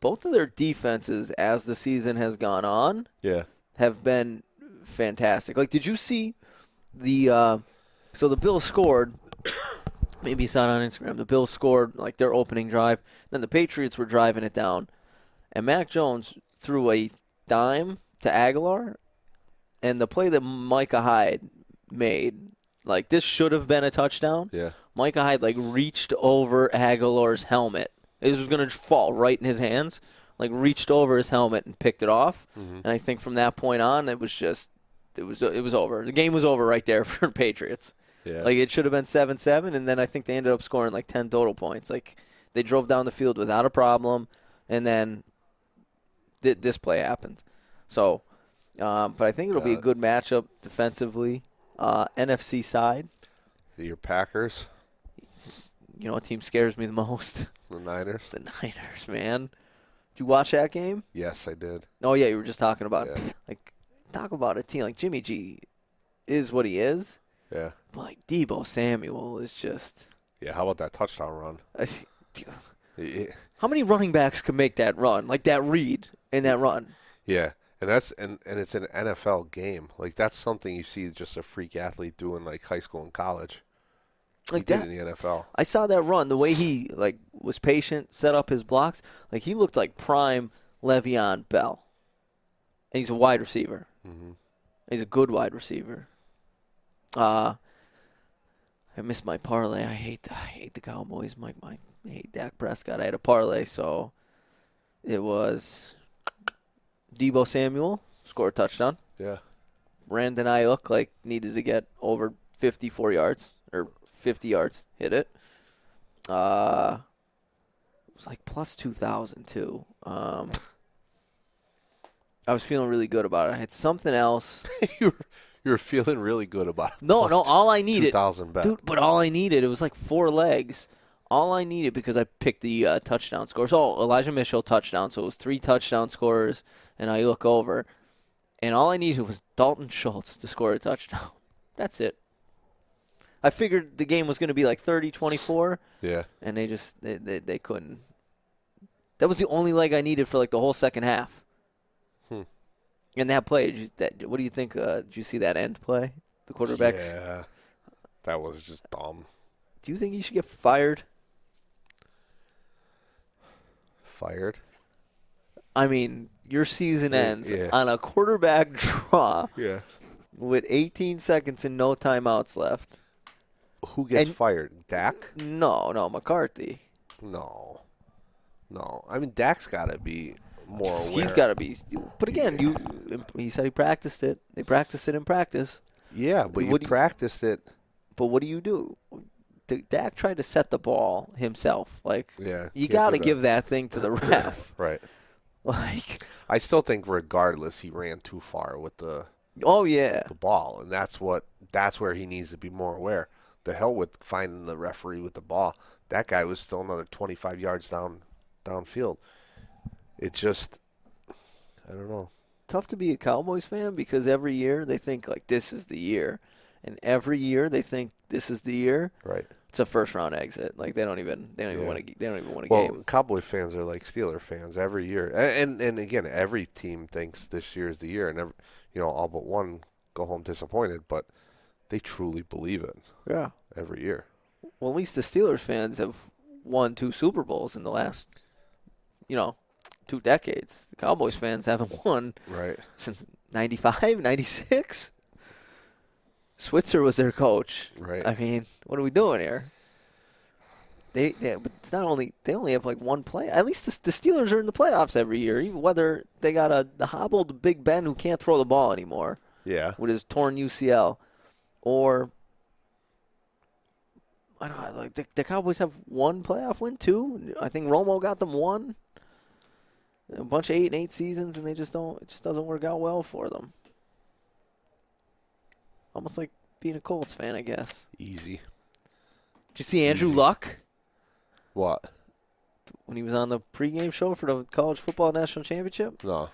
Speaker 4: Both of their defenses, as the season has gone on,
Speaker 6: Yeah.
Speaker 4: have been fantastic. Like, did you see the? Uh, so the Bills scored. Maybe it's not on Instagram. The Bills scored like their opening drive. Then the Patriots were driving it down, and Mac Jones threw a dime to Aguilar, and the play that Micah Hyde made, like this should have been a touchdown.
Speaker 6: Yeah.
Speaker 4: Micah Hyde like reached over Aguilar's helmet. It was going to fall right in his hands. Like reached over his helmet and picked it off. And I think from that point on, it was just it was it was over. The game was over right there for the Patriots.
Speaker 6: Yeah.
Speaker 4: Like it should have been seven seven, and then I think they ended up scoring like ten total points. Like they drove down the field without a problem, and then th- this play happened. So, um, but I think it'll be a
Speaker 6: Uh,
Speaker 4: good matchup defensively. Uh, NFC side,
Speaker 6: Your Packers,
Speaker 4: you know, what team scares me the most?
Speaker 6: the Niners.
Speaker 4: The Niners, man. Did you watch that game?
Speaker 6: Yes, I did.
Speaker 4: Oh yeah, you were just talking about it.
Speaker 6: Yeah.
Speaker 4: like talk about a team like Jimmy G is what he is,
Speaker 6: Yeah.
Speaker 4: but like Debo Samuel is just.
Speaker 6: Yeah. How about that touchdown run?
Speaker 4: I s- dude,
Speaker 6: Y- y-
Speaker 4: How many running backs can make that run, like that read and that run?
Speaker 6: Yeah. And that's and, and it's an NFL game. Like that's something you see just a freak athlete doing like high school and college.
Speaker 4: Like
Speaker 6: he
Speaker 4: that,
Speaker 6: did in the NFL.
Speaker 4: I saw that run. The way he like was patient, set up his blocks. Like he looked like prime Le'Veon Bell, and he's a wide receiver.
Speaker 6: Mm-hmm.
Speaker 4: He's a good wide receiver. Uh I missed my parlay. I hate the, I hate the Cowboys. My my I hate Dak Prescott. I had a parlay, so it was Debo Samuel scored a touchdown.
Speaker 6: Yeah.
Speaker 4: Brandon Ayuk like needed to get over 54 yards or 50 yards, hit it. Uh, it was like plus 2,000 too. Um, I was feeling really good about it. I had something else.
Speaker 6: you're you're feeling really good about it.
Speaker 4: No,
Speaker 6: Plus
Speaker 4: no,
Speaker 6: two-
Speaker 4: all I needed,
Speaker 6: 2,000 bet.
Speaker 4: dude. But all I needed, it was like four legs. All I needed because I picked the uh, touchdown scores. Oh, Elijah Mitchell touchdown. So it was three touchdown scores, and I look over, and all I needed was Dalton Schultz to score a touchdown. That's it. I figured the game was going to be like 30-24,
Speaker 6: Yeah.
Speaker 4: and they just they, they they couldn't. That was the only leg I needed for like the whole second half.
Speaker 6: Hmm.
Speaker 4: And that play, did you, that, what do you think? Uh, did you see that end play? The quarterbacks.
Speaker 6: Yeah. That was just dumb.
Speaker 4: Do you think he should get fired?
Speaker 6: Fired.
Speaker 4: I mean, your season
Speaker 6: Yeah,
Speaker 4: ends
Speaker 6: yeah.
Speaker 4: on a quarterback draw
Speaker 6: Yeah.
Speaker 4: with 18 seconds and no timeouts left.
Speaker 6: Who gets
Speaker 4: And-
Speaker 6: fired? Dak?
Speaker 4: No, no, McCarthy.
Speaker 6: No. No. I mean, Dak's got to be more aware.
Speaker 4: He's got to be. But again, you. He said he practiced it. They practiced it in practice.
Speaker 6: Yeah, but you
Speaker 4: What do you-
Speaker 6: practiced it.
Speaker 4: But what do you do? D- Dak tried to set the ball himself. Like
Speaker 6: Yeah.
Speaker 4: you
Speaker 6: can't
Speaker 4: got to
Speaker 6: do that.
Speaker 4: give that thing to the ref.
Speaker 6: Right.
Speaker 4: like,
Speaker 6: I still think, regardless, he ran too far with the
Speaker 4: oh yeah,
Speaker 6: the ball, and that's what that's where he needs to be more aware. The hell with finding the referee with the ball. That guy was still another 25 yards down downfield. It just, I don't know.
Speaker 4: tough to be a Cowboys fan because every year they think like this is the year, and every year they think this is the year.
Speaker 6: Right.
Speaker 4: It's a first round exit. Like they don't even they don't even
Speaker 6: Yeah.
Speaker 4: want to they don't even want to
Speaker 6: Well,
Speaker 4: game.
Speaker 6: Cowboy fans are like Steeler fans every year, and, and and again, every team thinks this year is the year, and every, you know all but one go home disappointed, but they truly believe it
Speaker 4: Yeah.
Speaker 6: every year.
Speaker 4: Well, at least the Steelers fans have won two Super Bowls in the last, you know, two decades. The Cowboys fans haven't won
Speaker 6: Right.
Speaker 4: since 95, 96. Switzer was their coach.
Speaker 6: Right.
Speaker 4: I mean, what are we doing here? They, they but it's not only they only have like one play. At least the, the Steelers are in the playoffs every year, even whether they got a the hobbled Big Ben who can't throw the ball anymore
Speaker 6: Yeah.
Speaker 4: with his torn UCL, or I don't know, like the, the Cowboys have one playoff win, two. I think Romo got them one. A bunch of eight and eight seasons, and they just don't. It just doesn't work out well for them. Almost like being a Colts fan, I guess.
Speaker 6: Easy.
Speaker 4: Did you see Andrew
Speaker 6: Easy.
Speaker 4: Luck
Speaker 6: What?
Speaker 4: when he was on the pregame show for the college football national championship?
Speaker 6: No.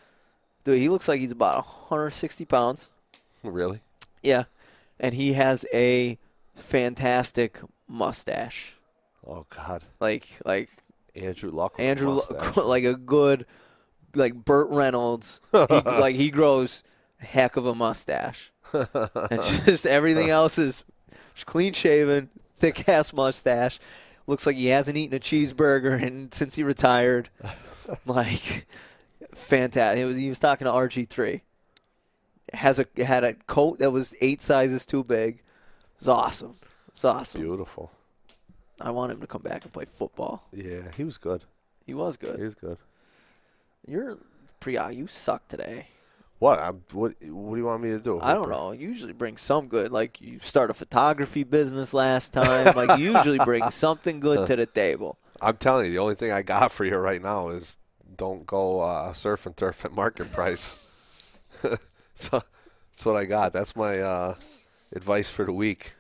Speaker 4: Dude, he looks like he's about 160 pounds.
Speaker 6: Really?
Speaker 4: Yeah. And he has a fantastic mustache.
Speaker 6: Oh God.
Speaker 4: Like like
Speaker 6: Andrew Luck. with a
Speaker 4: Andrew
Speaker 6: mustache.
Speaker 4: like a good like Burt Reynolds. He, like he grows a heck of a mustache. and just everything else is clean shaven, thick ass mustache. Looks like he hasn't eaten a cheeseburger and since he retired. like fantastic. He was he was talking to RG3. Has a had a coat that was 8 sizes too big. It was awesome. It was awesome.
Speaker 6: Beautiful.
Speaker 4: I want him to come back and play football.
Speaker 6: Yeah, he was good.
Speaker 4: He was good.
Speaker 6: He was good.
Speaker 4: You're pre ah, you suck today.
Speaker 6: What? I'm, what? What do you want me to do?
Speaker 4: I don't know. You usually bring some good. Like you start a photography business last time. Like you usually bring something good to the table.
Speaker 6: I'm telling you, the only thing I got for you right now is don't go uh, surf and turf at market price. so that's what I got. That's my uh, advice for the week.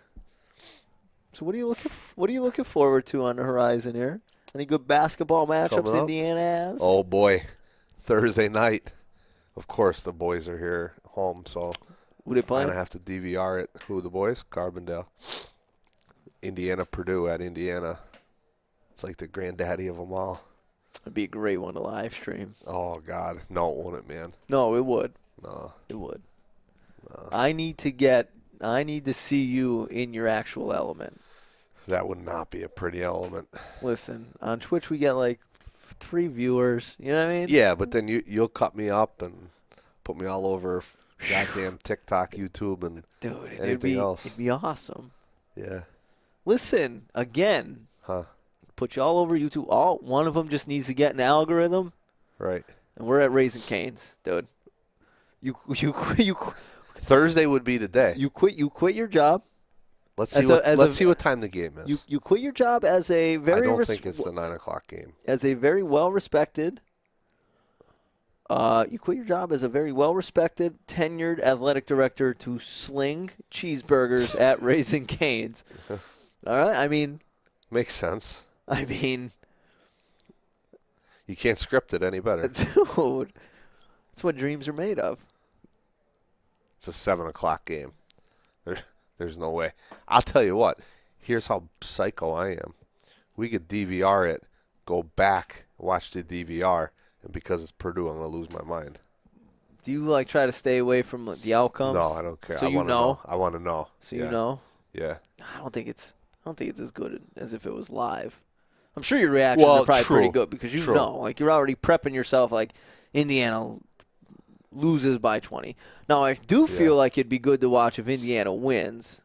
Speaker 4: So what are you looking what are you looking forward to on the horizon here? Any good basketball
Speaker 6: Coming
Speaker 4: matchups
Speaker 6: up?
Speaker 4: Indiana has?
Speaker 6: Oh boy, Thursday night. Of course, the boys are here home, so
Speaker 4: Who they
Speaker 6: I'm
Speaker 4: playing?
Speaker 6: gonna have to DVR it. Who are the boys? Carbondale, Indiana, Purdue at Indiana. It's like the granddaddy of them all.
Speaker 4: It'd be a great one to live stream.
Speaker 6: Oh God, no, it wouldn't, man.
Speaker 4: No, it would.
Speaker 6: No,
Speaker 4: It would. I need to get I need to see you in your actual element.
Speaker 6: that would not be a pretty element.
Speaker 4: Listen, on Twitch we get like f- three viewers. You know what I mean?
Speaker 6: Yeah, but then you you'll cut me up and put me all over f- goddamn TikTok, YouTube, and
Speaker 4: Dude, it'd
Speaker 6: Anything
Speaker 4: be,
Speaker 6: else?
Speaker 4: It'd be awesome.
Speaker 6: yeah,
Speaker 4: Listen, again,
Speaker 6: huh?
Speaker 4: put you all over YouTube. All one of them just needs to get an algorithm,
Speaker 6: Right.
Speaker 4: and we're at Raising Canes, dude. You you quit you qu-
Speaker 6: Thursday would be the day.
Speaker 4: you quit you quit your job.
Speaker 6: let's see
Speaker 4: as a-
Speaker 6: what
Speaker 4: as
Speaker 6: let's
Speaker 4: a-
Speaker 6: see what time the game is.
Speaker 4: You you quit your job as a
Speaker 6: I
Speaker 4: very
Speaker 6: don't
Speaker 4: res-
Speaker 6: think it's the nine o'clock game.
Speaker 4: as a very well respected Uh, you quit your job as a very well respected, tenured athletic director to sling cheeseburgers at Raising Canes. All right. I mean,
Speaker 6: Makes sense.
Speaker 4: I mean,
Speaker 6: You can't script it any better.
Speaker 4: dude, that's what dreams are made of.
Speaker 6: It's a seven o'clock game. There, there's no way. I'll tell you what. Here's how psycho I am. We could DVR it, go back, watch the DVR, and because it's Purdue, I'm gonna lose my mind.
Speaker 4: Do you like try to stay away from like, the outcomes?
Speaker 6: No, I don't care.
Speaker 4: Um, So
Speaker 6: I
Speaker 4: you know.
Speaker 6: wanna I want to know.
Speaker 4: So
Speaker 6: Yeah.
Speaker 4: you know.
Speaker 6: Yeah.
Speaker 4: I don't think it's. I don't think it's as good as if it was live. I'm sure your reactions
Speaker 6: Well,
Speaker 4: are probably pretty
Speaker 6: true.
Speaker 4: good because you
Speaker 6: True.
Speaker 4: know, like you're already prepping yourself. Like Indiana loses by 20. Now I do
Speaker 6: Yeah.
Speaker 4: feel like it'd be good to watch if Indiana wins.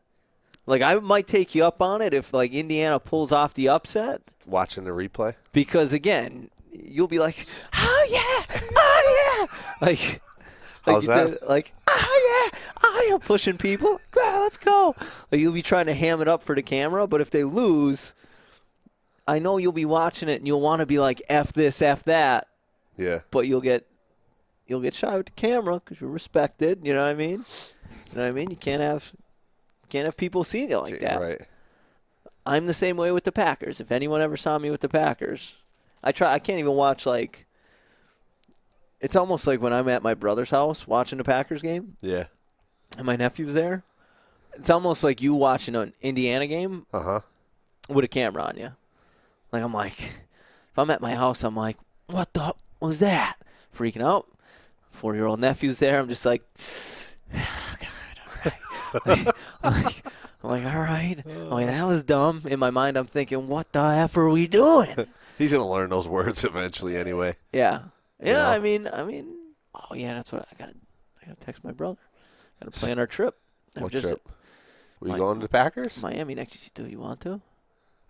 Speaker 4: Like I might take you up on it if like Indiana pulls off the upset
Speaker 6: Watching the replay.
Speaker 4: because again, you'll be like, oh yeah, oh yeah, like. Like,
Speaker 6: How's
Speaker 4: you
Speaker 6: that?
Speaker 4: did- like, oh yeah, oh yeah, pushing people. Yeah, let's go. Like, you'll be trying to ham it up for the camera, but if they lose, I know you'll be watching it and you'll want to be like, f this, f that,
Speaker 6: Yeah.
Speaker 4: but you'll get, you'll get shy with the camera because you're respected. You know what I mean? You know what I mean? You can't have, can't have people seeing you like that.
Speaker 6: Right.
Speaker 4: I'm the same way with the Packers. If anyone ever saw me with the Packers, I try. I can't even watch like. It's almost like when I'm at my brother's house watching the Packers game,
Speaker 6: Yeah.
Speaker 4: and my nephew's there. It's almost like you watching an Indiana game
Speaker 6: Uh huh.
Speaker 4: with a camera on you. Like I'm like, if I'm at my house, I'm like, what the was that? Freaking out. Four year old nephew's there. I'm just like, "Oh, God, all right." I'm like, I'm like, all right. I'm like, that was dumb. In my mind, I'm thinking, what the f are we doing?
Speaker 6: He's gonna learn those words eventually, anyway.
Speaker 4: Yeah, yeah.
Speaker 6: Yeah.
Speaker 4: I mean, I mean, oh yeah, that's what I gotta. I gotta text my brother. I gotta plan our trip. I'm
Speaker 6: What
Speaker 4: just
Speaker 6: trip? Were you
Speaker 4: My-
Speaker 6: going to the Packers?
Speaker 4: Miami next. Do you want to?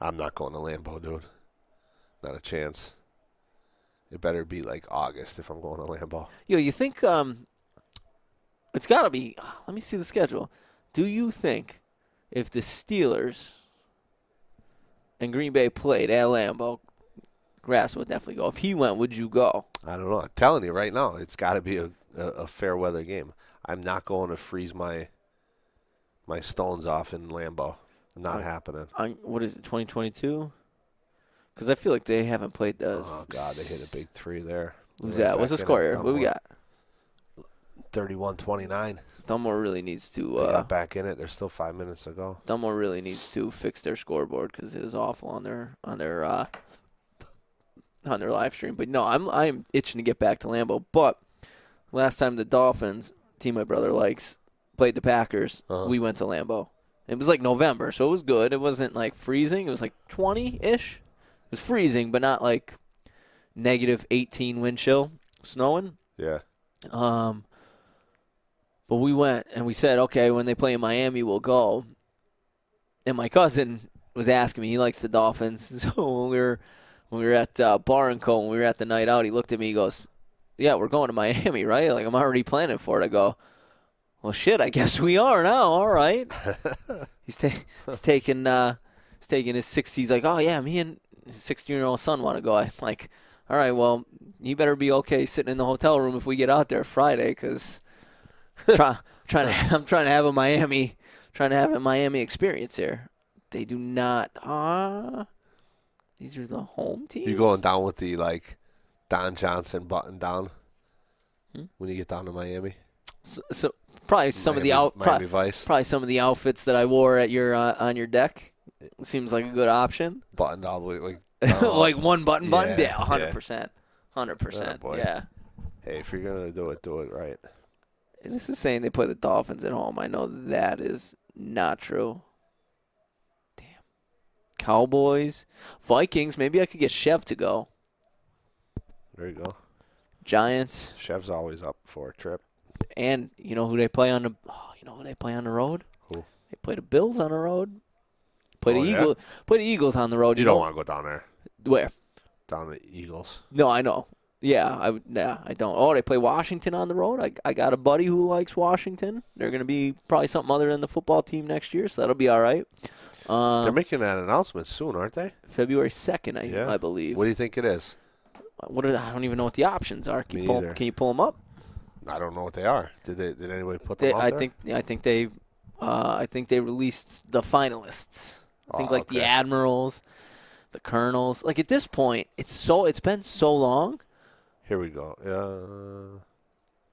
Speaker 6: I'm not going to Lambeau, dude. Not a chance. It better be like August if I'm going to Lambeau.
Speaker 4: Yo, you think um, it's got to be? Let me see the schedule. Do you think if the Steelers and Green Bay played at Lambeau, Grass would definitely go. If he went, would you go?
Speaker 6: I don't know. I'm telling you right now, it's got to be a, a, a fair weather game. I'm not going to freeze my my stones off in Lambeau. Not
Speaker 4: Right.
Speaker 6: happening.
Speaker 4: On what is it, 2022? Because I feel like they haven't played the.
Speaker 6: Oh God, they hit a big three there.
Speaker 4: Who's
Speaker 6: Right
Speaker 4: that? What's the
Speaker 6: back in
Speaker 4: score
Speaker 6: it.
Speaker 4: here? What we
Speaker 6: Dunmore.
Speaker 4: got?
Speaker 6: 31-29.
Speaker 4: Dunmore really needs to.
Speaker 6: They
Speaker 4: Uh,
Speaker 6: got back in it. There's still five minutes to go.
Speaker 4: Dunmore really needs to fix their scoreboard because it is awful on their on their uh, on their live stream. But no, I'm I'm itching to get back to Lambeau. But last time the Dolphins team my brother likes played the Packers,
Speaker 6: Uh-huh.
Speaker 4: we went to Lambeau. It was like November, so it was good. It wasn't like freezing. It was like 20 ish. It was freezing, but not like negative 18 wind chill, snowing.
Speaker 6: Yeah.
Speaker 4: Um, but we went and we said, okay, when they play in Miami, we'll go. And my cousin was asking me; he likes the Dolphins. So when we were when we were at uh, Bar and Co. when we were at the night out, he looked at me. He goes, "Yeah, we're going to Miami, right? Like I'm already planning for it." I go, "Well, shit, I guess we are now. All right." he's, ta- he's taking uh, he's taking his sixties. Like, oh yeah, me and his sixteen year old son want to go. I'm like, all right, well, you better be okay sitting in the hotel room if we get out there Friday, because try, trying to I'm trying to have a Miami trying to have a Miami experience here. They do not. Uh, these are the home teams.
Speaker 6: You going down with the like Don Johnson button down
Speaker 4: Hmm?
Speaker 6: when you get down to Miami?
Speaker 4: So, so probably some of the
Speaker 6: Miami-
Speaker 4: out pro-
Speaker 6: Miami Vice
Speaker 4: probably some of the outfits that I wore at your uh, on your deck seems like a good option.
Speaker 6: buttoned all the way like. down.
Speaker 4: like one button button
Speaker 6: Oh. yeah,
Speaker 4: yeah, hundred
Speaker 6: yeah.
Speaker 4: percent, hundred percent.
Speaker 6: Oh, boy.
Speaker 4: Yeah,
Speaker 6: hey, if you're gonna do it, do it right.
Speaker 4: And this is saying they play the Dolphins at home. I know that is not true. Damn, Cowboys, Vikings. Maybe I could get Chev to go.
Speaker 6: There you go.
Speaker 4: Giants,
Speaker 6: Chef's always up for a trip.
Speaker 4: and you know who they play on the. Oh, you know who they play on the road.
Speaker 6: Who?
Speaker 4: They play the Bills on the road. Play
Speaker 6: Oh,
Speaker 4: the
Speaker 6: yeah?
Speaker 4: Eagles. Play the Eagles on the road.
Speaker 6: You don't want to go down there.
Speaker 4: where?
Speaker 6: Down the Eagles.
Speaker 4: No, I know. Yeah, I would- nah, I don't. Oh, they play Washington on the road. I I got a buddy who likes Washington. They're gonna be probably something other than the football team next year, so that'll be all right.
Speaker 6: They're
Speaker 4: Um,
Speaker 6: making that announcement soon, aren't they?
Speaker 4: February second, I
Speaker 6: Yeah.
Speaker 4: I believe.
Speaker 6: What do you think it is?
Speaker 4: What are the, I don't even know what the options are. Can
Speaker 6: Me
Speaker 4: you pull,
Speaker 6: either.
Speaker 4: can you pull them up?
Speaker 6: I don't know what they are. Did they? Did anybody put them?
Speaker 4: They,
Speaker 6: out
Speaker 4: I
Speaker 6: there?
Speaker 4: think I think they uh, I think they released the finalists. I think
Speaker 6: Oh,
Speaker 4: like the
Speaker 6: okay.
Speaker 4: admirals, the colonels. Like at this point, it's so it's been so long.
Speaker 6: Here we go. Uh,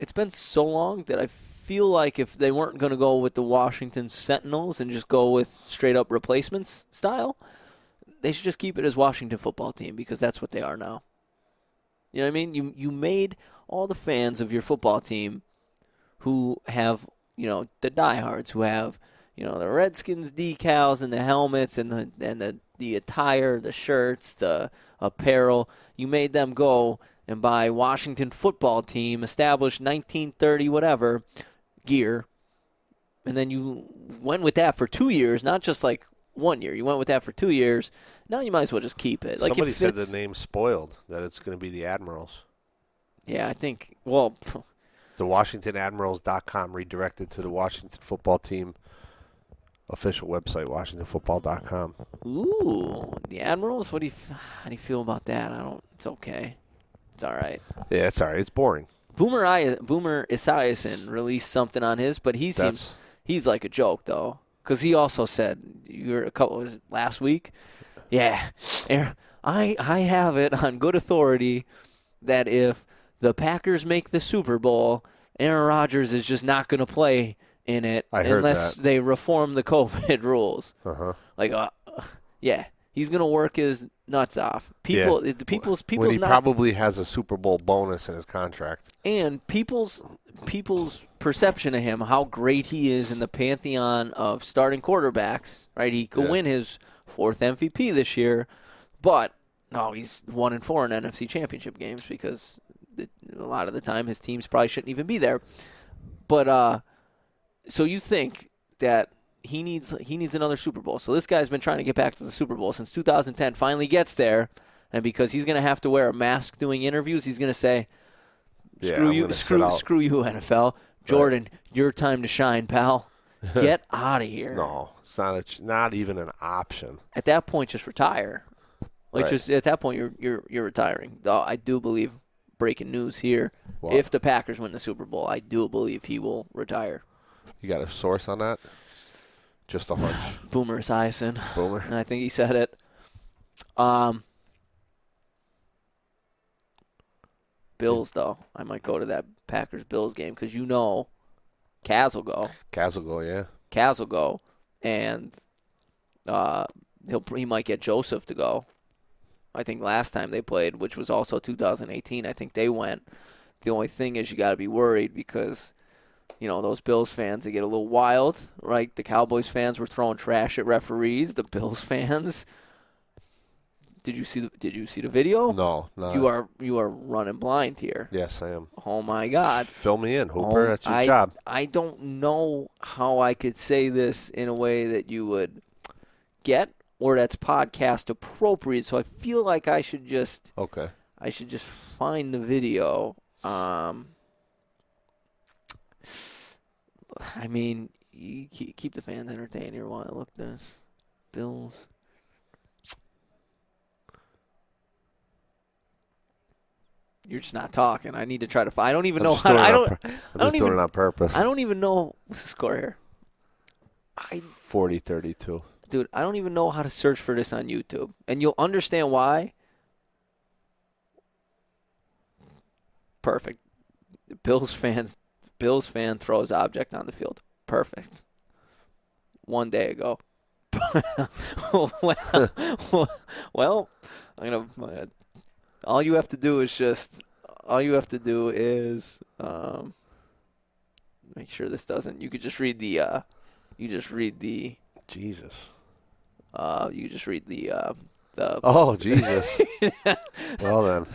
Speaker 4: It's been so long that I feel like if they weren't going to go with the Washington Sentinels and just go with straight up replacements style, they should just keep it as Washington football team because that's what they are now. You know what I mean? You you made all the fans of your football team who have, you know, the diehards who have, you know, the Redskins decals and the helmets and the and the, the attire, the shirts, the apparel. You made them go and buy Washington football team established 1930 whatever gear. And then you went with that for 2 years, not just like one year. You went with that for two years. Now you might as well just keep it. Like it
Speaker 6: somebody said the
Speaker 4: fits-
Speaker 6: name spoiled that it's going to be the Admirals.
Speaker 4: Yeah, I think. Well, pff,
Speaker 6: The WashingtonAdmirals.com redirected to the Washington football team official website, WashingtonFootball.com.
Speaker 4: ooh, the Admirals. What do you f- how do you feel about that? I don't. It's okay. It's all right.
Speaker 6: Yeah, it's all right. It's boring.
Speaker 4: Boomer I, Boomer Esiason released something on his, but he seems
Speaker 6: That's
Speaker 4: he's like a joke though, because he also said you're a couple was it last week. Yeah, Aaron, I I have it on good authority that if the Packers make the Super Bowl, Aaron Rodgers is just not going to play in it
Speaker 6: I heard
Speaker 4: unless
Speaker 6: that.
Speaker 4: they reform the COVID rules.
Speaker 6: uh huh.
Speaker 4: Like, uh, yeah, he's gonna work his nuts off. People, the people's
Speaker 6: When
Speaker 4: people's
Speaker 6: he
Speaker 4: not,
Speaker 6: probably has a Super Bowl bonus in his contract.
Speaker 4: and people's people's perception of him, how great he is in the pantheon of starting quarterbacks. Right, he could
Speaker 6: Yeah.
Speaker 4: win his fourth MVP this year, but no, he's one and four in NFC Championship games because the- a lot of the time his teams probably shouldn't even be there. But uh, so you think that he needs he needs another Super Bowl. So this guy's been trying to get back to the Super Bowl since 2010. Finally gets there, and because he's going to have to wear a mask doing interviews, he's going to say,
Speaker 6: Yeah,
Speaker 4: "Screw
Speaker 6: I'm
Speaker 4: you,
Speaker 6: gonna sit
Speaker 4: screw
Speaker 6: out."
Speaker 4: screw you, NFL, Jordan, your time to shine, pal. Get out of here."
Speaker 6: No, it's not a, ch- not even an option.
Speaker 4: At that point, just retire. Like
Speaker 6: Right.
Speaker 4: just at that point, you're you're you're retiring. Though I do believe breaking news here.
Speaker 6: Wow.
Speaker 4: If the Packers win the Super Bowl, I do believe he will retire.
Speaker 6: You got a source on that? Just a hunch.
Speaker 4: Boomer Esiason.
Speaker 6: Boomer.
Speaker 4: and I think he said it. Um, Bills though, I might go to that Packers Bills game because you know, Kaz will go,
Speaker 6: Kaz will go, yeah.
Speaker 4: Kaz will go, and uh, he'll he might get Joseph to go. I think last time they played, which was also 2018, I think they went. The only thing is you got to be worried because. You know those Bills fans; they get a little wild, right? The Cowboys fans were throwing trash at referees. The Bills fans did you see the Did you see the video?
Speaker 6: No, no.
Speaker 4: Oh, You are you are running blind here.
Speaker 6: Yes, I am.
Speaker 4: Oh my God,
Speaker 6: Fill me in, Hooper.
Speaker 4: Oh,
Speaker 6: That's your
Speaker 4: I,
Speaker 6: job.
Speaker 4: I don't know how I could say this in a way that you would get or that's podcast appropriate. So I feel like I should just
Speaker 6: Okay.
Speaker 4: I should just find the video. Um, I mean, you keep keep the fans entertained here while I look this. Bills. You're just not talking. I need to try to. Find, I don't even
Speaker 6: I'm
Speaker 4: know
Speaker 6: just
Speaker 4: how.
Speaker 6: doing
Speaker 4: to-
Speaker 6: it
Speaker 4: I
Speaker 6: on
Speaker 4: don't.
Speaker 6: pur- I'm
Speaker 4: I
Speaker 6: just
Speaker 4: don't
Speaker 6: doing
Speaker 4: even.
Speaker 6: it on purpose.
Speaker 4: I don't even know what's the score here. I
Speaker 6: 40 32.
Speaker 4: dude, I don't even know how to search for this on YouTube, and you'll understand why. Perfect. Bills fans, Bills fan throws object on the field. Perfect. One day ago. well, well, I'm gonna. I'm gonna- All you have to do is just. All you have to do is um, make sure this doesn't. You could just read the. Uh, you just read the.
Speaker 6: Jesus.
Speaker 4: Uh, you just read the uh, the. Oh,
Speaker 6: Oh, Jesus. well, then.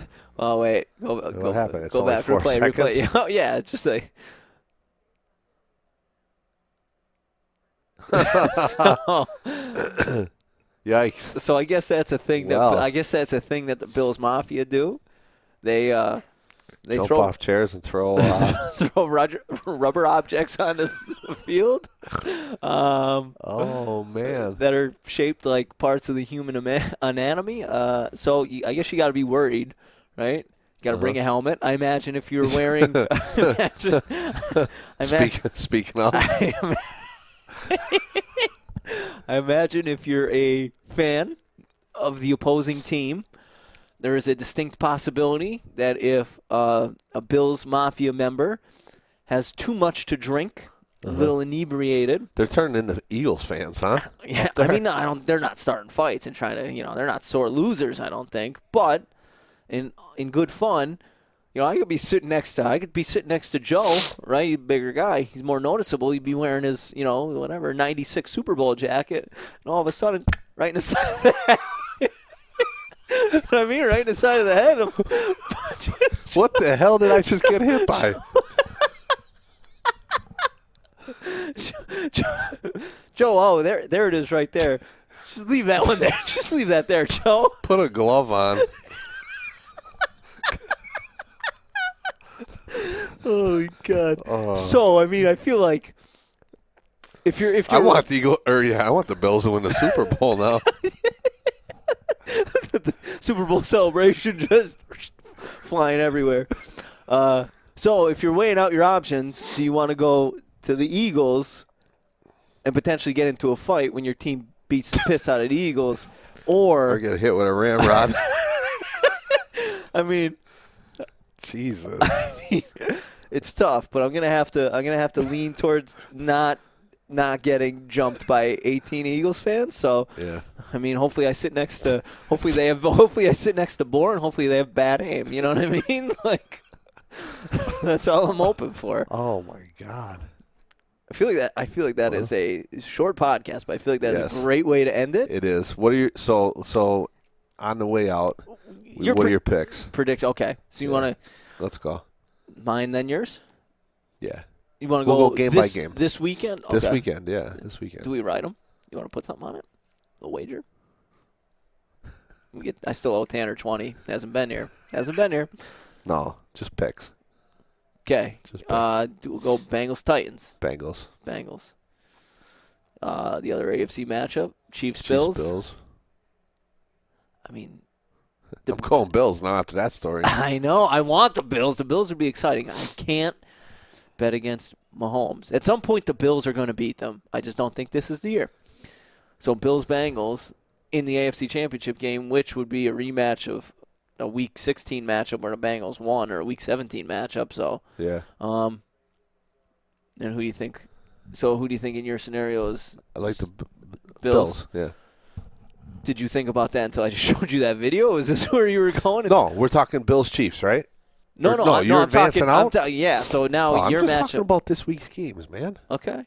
Speaker 4: wait, go, uh, go,
Speaker 6: happened? It's
Speaker 4: go
Speaker 6: only
Speaker 4: back,
Speaker 6: four
Speaker 4: replay, replay.
Speaker 6: seconds?
Speaker 4: Oh yeah, it's just like. so,
Speaker 6: Yikes.
Speaker 4: so I guess that's a thing that
Speaker 6: Wow.
Speaker 4: I guess that's a thing that the Bills Mafia do. They uh, they
Speaker 6: Jump
Speaker 4: throw
Speaker 6: off chairs and throw. Uh,
Speaker 4: throw rudger- rubber objects on the field. Um,
Speaker 6: oh, man.
Speaker 4: that are shaped like parts of the human ama- anatomy. Uh, so you, I guess you got to be worried, right? Got to bring a helmet. I imagine if you're wearing. imagine, I, ima-
Speaker 6: Speak, speaking of,
Speaker 4: I ima- I imagine if you're a fan of the opposing team, there is a distinct possibility that if uh, a Bills Mafia member has too much to drink, a little inebriated.
Speaker 6: they're turning into Eagles fans, huh?
Speaker 4: Yeah, I mean, I don't. They're not starting fights and trying to, you know, they're not sore losers. I don't think, but in in good fun, you know, I could be sitting next to, I could be sitting next to Joe, right? He's a bigger guy, he's more noticeable. He'd be wearing his, you know, whatever '96 Super Bowl jacket, and all of a sudden, right in the side of the head. You know what I mean, right in the side of the head. I'm punching
Speaker 6: What the hell did I just get hit by?
Speaker 4: Joe, Joe, oh, there, there it is, right there. Just leave that one there. Just leave that there, Joe.
Speaker 6: Put a glove on.
Speaker 4: Oh God. so I mean, I feel like if you're if
Speaker 6: I
Speaker 4: you're
Speaker 6: want the Eagle, or yeah, I want the Bills to win the Super Bowl now.
Speaker 4: Super Bowl celebration just flying everywhere. Uh, so if you're weighing out your options, do you want to go to the Eagles and potentially get into a fight when your team beats the piss out of the Eagles,
Speaker 6: Or
Speaker 4: or
Speaker 6: get hit with a ramrod.
Speaker 4: I mean,
Speaker 6: Jesus.
Speaker 4: it's tough, but I'm gonna have to I'm gonna have to lean towards not not getting jumped by 18 Eagles fans. So
Speaker 6: Yeah.
Speaker 4: I mean, hopefully I sit next to hopefully they have hopefully I sit next to Bourne. Hopefully they have bad aim. You know what I mean? Like that's all I'm hoping for.
Speaker 6: Oh my God.
Speaker 4: I feel like that I feel like that is a short podcast, but I feel like that's
Speaker 6: Yes.
Speaker 4: a great way to end it.
Speaker 6: It is. What are your so so on the way out?
Speaker 4: Your
Speaker 6: what
Speaker 4: pre-
Speaker 6: are your picks?
Speaker 4: Predict. Okay, so you
Speaker 6: Yeah.
Speaker 4: want
Speaker 6: Let's go.
Speaker 4: to mine then yours?
Speaker 6: Yeah.
Speaker 4: You want to
Speaker 6: We'll
Speaker 4: go,
Speaker 6: go game by
Speaker 4: this,
Speaker 6: game.
Speaker 4: this weekend?
Speaker 6: This
Speaker 4: Okay.
Speaker 6: weekend. Yeah. This weekend.
Speaker 4: Do we ride them? You want to put something on it? A wager? We get, I still owe Tanner 20. Hasn't been here. Hasn't been here.
Speaker 6: no, just picks.
Speaker 4: Okay.
Speaker 6: Just pick.
Speaker 4: Uh, do- we'll go Bengals Titans.
Speaker 6: Bengals.
Speaker 4: Bengals. Uh, the other AFC matchup Chiefs
Speaker 6: Chiefs,
Speaker 4: Bills.
Speaker 6: Bills.
Speaker 4: I mean,
Speaker 6: I'm calling Bills now after that story.
Speaker 4: I know. I want the Bills. The Bills would be exciting. I can't bet against Mahomes. At some point, the Bills are going to beat them. I just don't think this is the year. So Bills Bengals in the AFC Championship game, which would be a rematch of a Week 16 matchup where the Bengals won, or a Week 17 matchup. So,
Speaker 6: yeah.
Speaker 4: um, and who do you think? So, who do you think in your scenario is
Speaker 6: I like the B-
Speaker 4: Bills?
Speaker 6: Bills. Yeah.
Speaker 4: Did you think about that until I just showed you that video? Is this where you were going?
Speaker 6: No, we're talking Bills Chiefs, right?
Speaker 4: no,
Speaker 6: you're-
Speaker 4: no,
Speaker 6: no,
Speaker 4: I-
Speaker 6: you're
Speaker 4: I'm talking,
Speaker 6: advancing
Speaker 4: I'm
Speaker 6: out?
Speaker 4: ta- yeah. So now
Speaker 6: Oh, I'm
Speaker 4: your
Speaker 6: just
Speaker 4: matchup.
Speaker 6: talking about this week's games, man.
Speaker 4: Okay.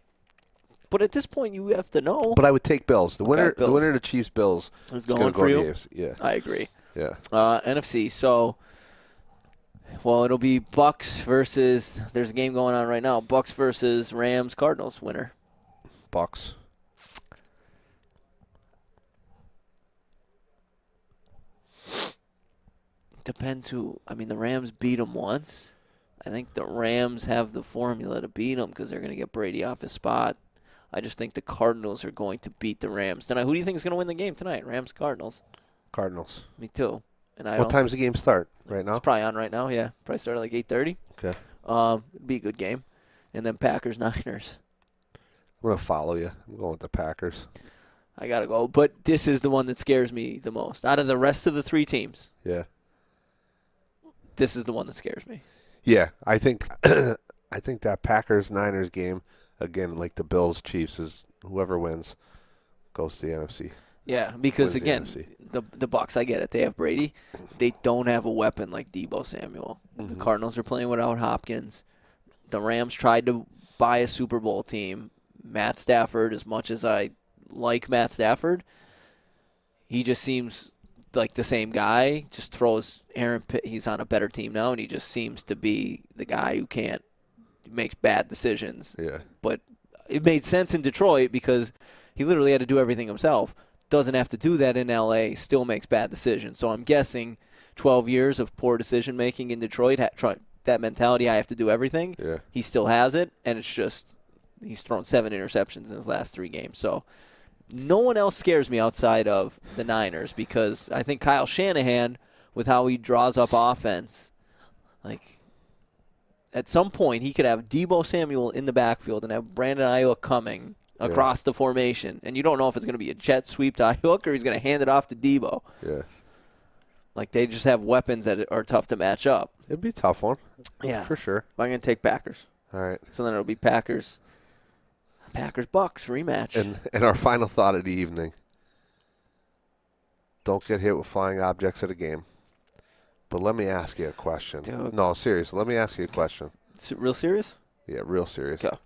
Speaker 4: But at this point, you have to know.
Speaker 6: But I would take Bills. The winner,
Speaker 4: Bills.
Speaker 6: the winner, of the Chiefs, Bills.
Speaker 4: Who's
Speaker 6: is gonna
Speaker 4: going
Speaker 6: go
Speaker 4: for
Speaker 6: to
Speaker 4: you?
Speaker 6: the AFC. Yeah,
Speaker 4: I agree.
Speaker 6: yeah.
Speaker 4: Uh, NFC. So, well, it'll be Bucks versus. There's a game going on right now. Bucks versus Rams. Cardinals winner.
Speaker 6: Bucks.
Speaker 4: Depends who. I mean, the Rams beat them once. I think the Rams have the formula to beat them because they're going to get Brady off his spot. I just think the Cardinals are going to beat the Rams tonight. Who do you think is going to win the game tonight? Rams, Cardinals.
Speaker 6: Cardinals.
Speaker 4: Me too. And I
Speaker 6: what
Speaker 4: don't,
Speaker 6: time's the game start right now?
Speaker 4: It's probably on right now. Yeah, probably start at like eight thirty.
Speaker 6: Okay.
Speaker 4: Um, it'd be a good game. And then Packers Niners.
Speaker 6: I'm gonna follow you. I'm going with the Packers.
Speaker 4: I gotta go. But this is the one that scares me the most. Out of the rest of the three teams,
Speaker 6: Yeah,
Speaker 4: this is the one that scares me.
Speaker 6: yeah. I think I think that Packers Niners game again, like the Bills Chiefs, is whoever wins goes to the NFC.
Speaker 4: Yeah, because
Speaker 6: Wins the
Speaker 4: again,
Speaker 6: NFC.
Speaker 4: the the Bucks, I get it. They have Brady. They don't have a weapon like Debo Samuel. The Cardinals are playing without Hopkins. The Rams tried to buy a Super Bowl team. Matt Stafford, as much as I like Matt Stafford, he just seems like the same guy. Just throws Aaron. Pitt, he's on a better team now, and he just seems to be the guy who can't makes bad decisions
Speaker 6: Yeah,
Speaker 4: but it made sense in Detroit because he literally had to do everything himself. Doesn't have to do that in LA, still makes bad decisions. So I'm guessing 12 years of poor decision making in Detroit, ha- try, that mentality, I have to do everything.
Speaker 6: Yeah.
Speaker 4: He still has it, and it's just he's thrown seven interceptions in his last three games. So no one else scares me outside of the Niners because I think Kyle Shanahan with how he draws up offense. Like at some point he could have Debo Samuel in the backfield and have Brandon Iowa coming across the formation, and you don't know if it's going to be a jet sweep to Iowa or he's going to hand it off to Debo.
Speaker 6: Yeah.
Speaker 4: Like they just have weapons that are tough to match up.
Speaker 6: It'd be a tough one.
Speaker 4: Yeah.
Speaker 6: For sure.
Speaker 4: I'm going to take Packers.
Speaker 6: All right.
Speaker 4: So then it'll be Packers. Packers Bucks rematch.
Speaker 6: And and our final thought of the evening. Don't get hit with flying objects at a game. But let me ask you a question.
Speaker 4: Dude.
Speaker 6: No, seriously, let me ask you a question.
Speaker 4: S- real serious?
Speaker 6: Yeah, real serious.
Speaker 4: Go.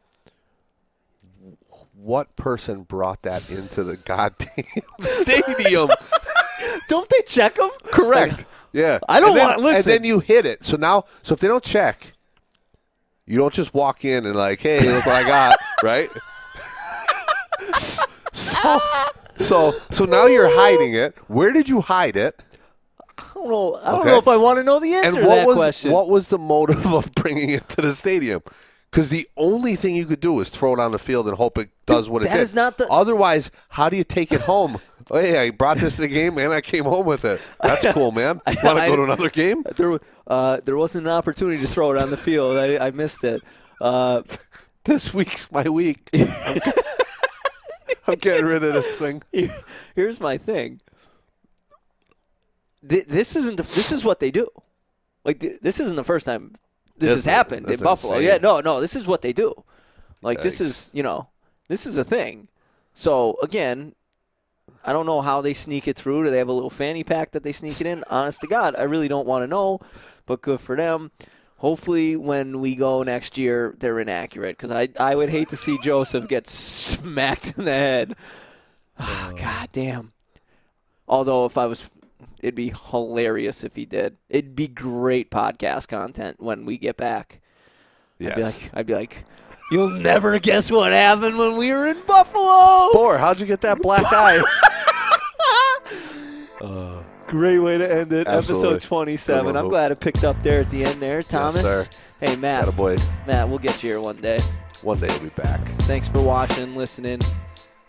Speaker 6: What person brought that into the goddamn stadium?
Speaker 4: Don't they check them? Correct.
Speaker 6: Yeah.
Speaker 4: I don't
Speaker 6: And then-
Speaker 4: want- listen.
Speaker 6: And then you hit it. So now, so if they don't check, you don't just walk in and like, hey, look what I got, right? so, so, so now you're hiding it. Where did you hide it?
Speaker 4: I don't know. I don't
Speaker 6: Okay.
Speaker 4: know if I want to know the answer to
Speaker 6: And what
Speaker 4: that
Speaker 6: was
Speaker 4: question.
Speaker 6: what was the motive of bringing it to the stadium? Because the only thing you could do is throw it on the field and hope it does what it
Speaker 4: that
Speaker 6: did.
Speaker 4: is not the-
Speaker 6: Otherwise, how do you take it home? oh, yeah, I brought this to the game, and I came home with it. That's cool, man. Want to
Speaker 4: I-
Speaker 6: go to another game?
Speaker 4: there, wa- uh, there wasn't an opportunity to throw it on the field. I, I missed it. Uh,
Speaker 6: this week's my week. I'm, get- I'm getting rid of this thing.
Speaker 4: here- here's my thing. Th- This isn't. The, this is what they do. Like th- this isn't the first time this
Speaker 6: That's-
Speaker 4: has happened in
Speaker 6: that's
Speaker 4: Buffalo.
Speaker 6: insane.
Speaker 4: Yeah, no, no. This is what they do. Like this
Speaker 6: Yikes.
Speaker 4: is you know this is a thing. So again, I don't know how they sneak it through. Do they have a little fanny pack that they sneak it in? Honest to God, I really don't want to know. But good for them. Hopefully, when we go next year, they're inaccurate because I I would hate to see Joseph get smacked in the head. God damn. Although if I was, it'd be hilarious if he did. It'd be great podcast content when we get back.
Speaker 6: Yes.
Speaker 4: I'd be like, I'd be like, you'll never guess what happened when we were in Buffalo.
Speaker 6: Boar, how'd you get that black eye?
Speaker 4: Great way to end it.
Speaker 6: Absolutely.
Speaker 4: Episode twenty-seven.
Speaker 6: Good one,
Speaker 4: I'm
Speaker 6: Hope.
Speaker 4: glad it picked up there at the end there, Thomas.
Speaker 6: sir.
Speaker 4: Hey Matt,
Speaker 6: boy.
Speaker 4: Matt, we'll get you here one day.
Speaker 6: One day we'll be back.
Speaker 4: Thanks for watching, listening.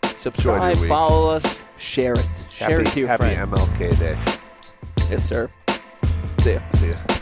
Speaker 4: Subscribe,
Speaker 6: week.
Speaker 4: follow us, share it, share
Speaker 6: happy
Speaker 4: it to your
Speaker 6: happy
Speaker 4: friends.
Speaker 6: MLK Day.
Speaker 4: Yes, sir.
Speaker 6: See ya.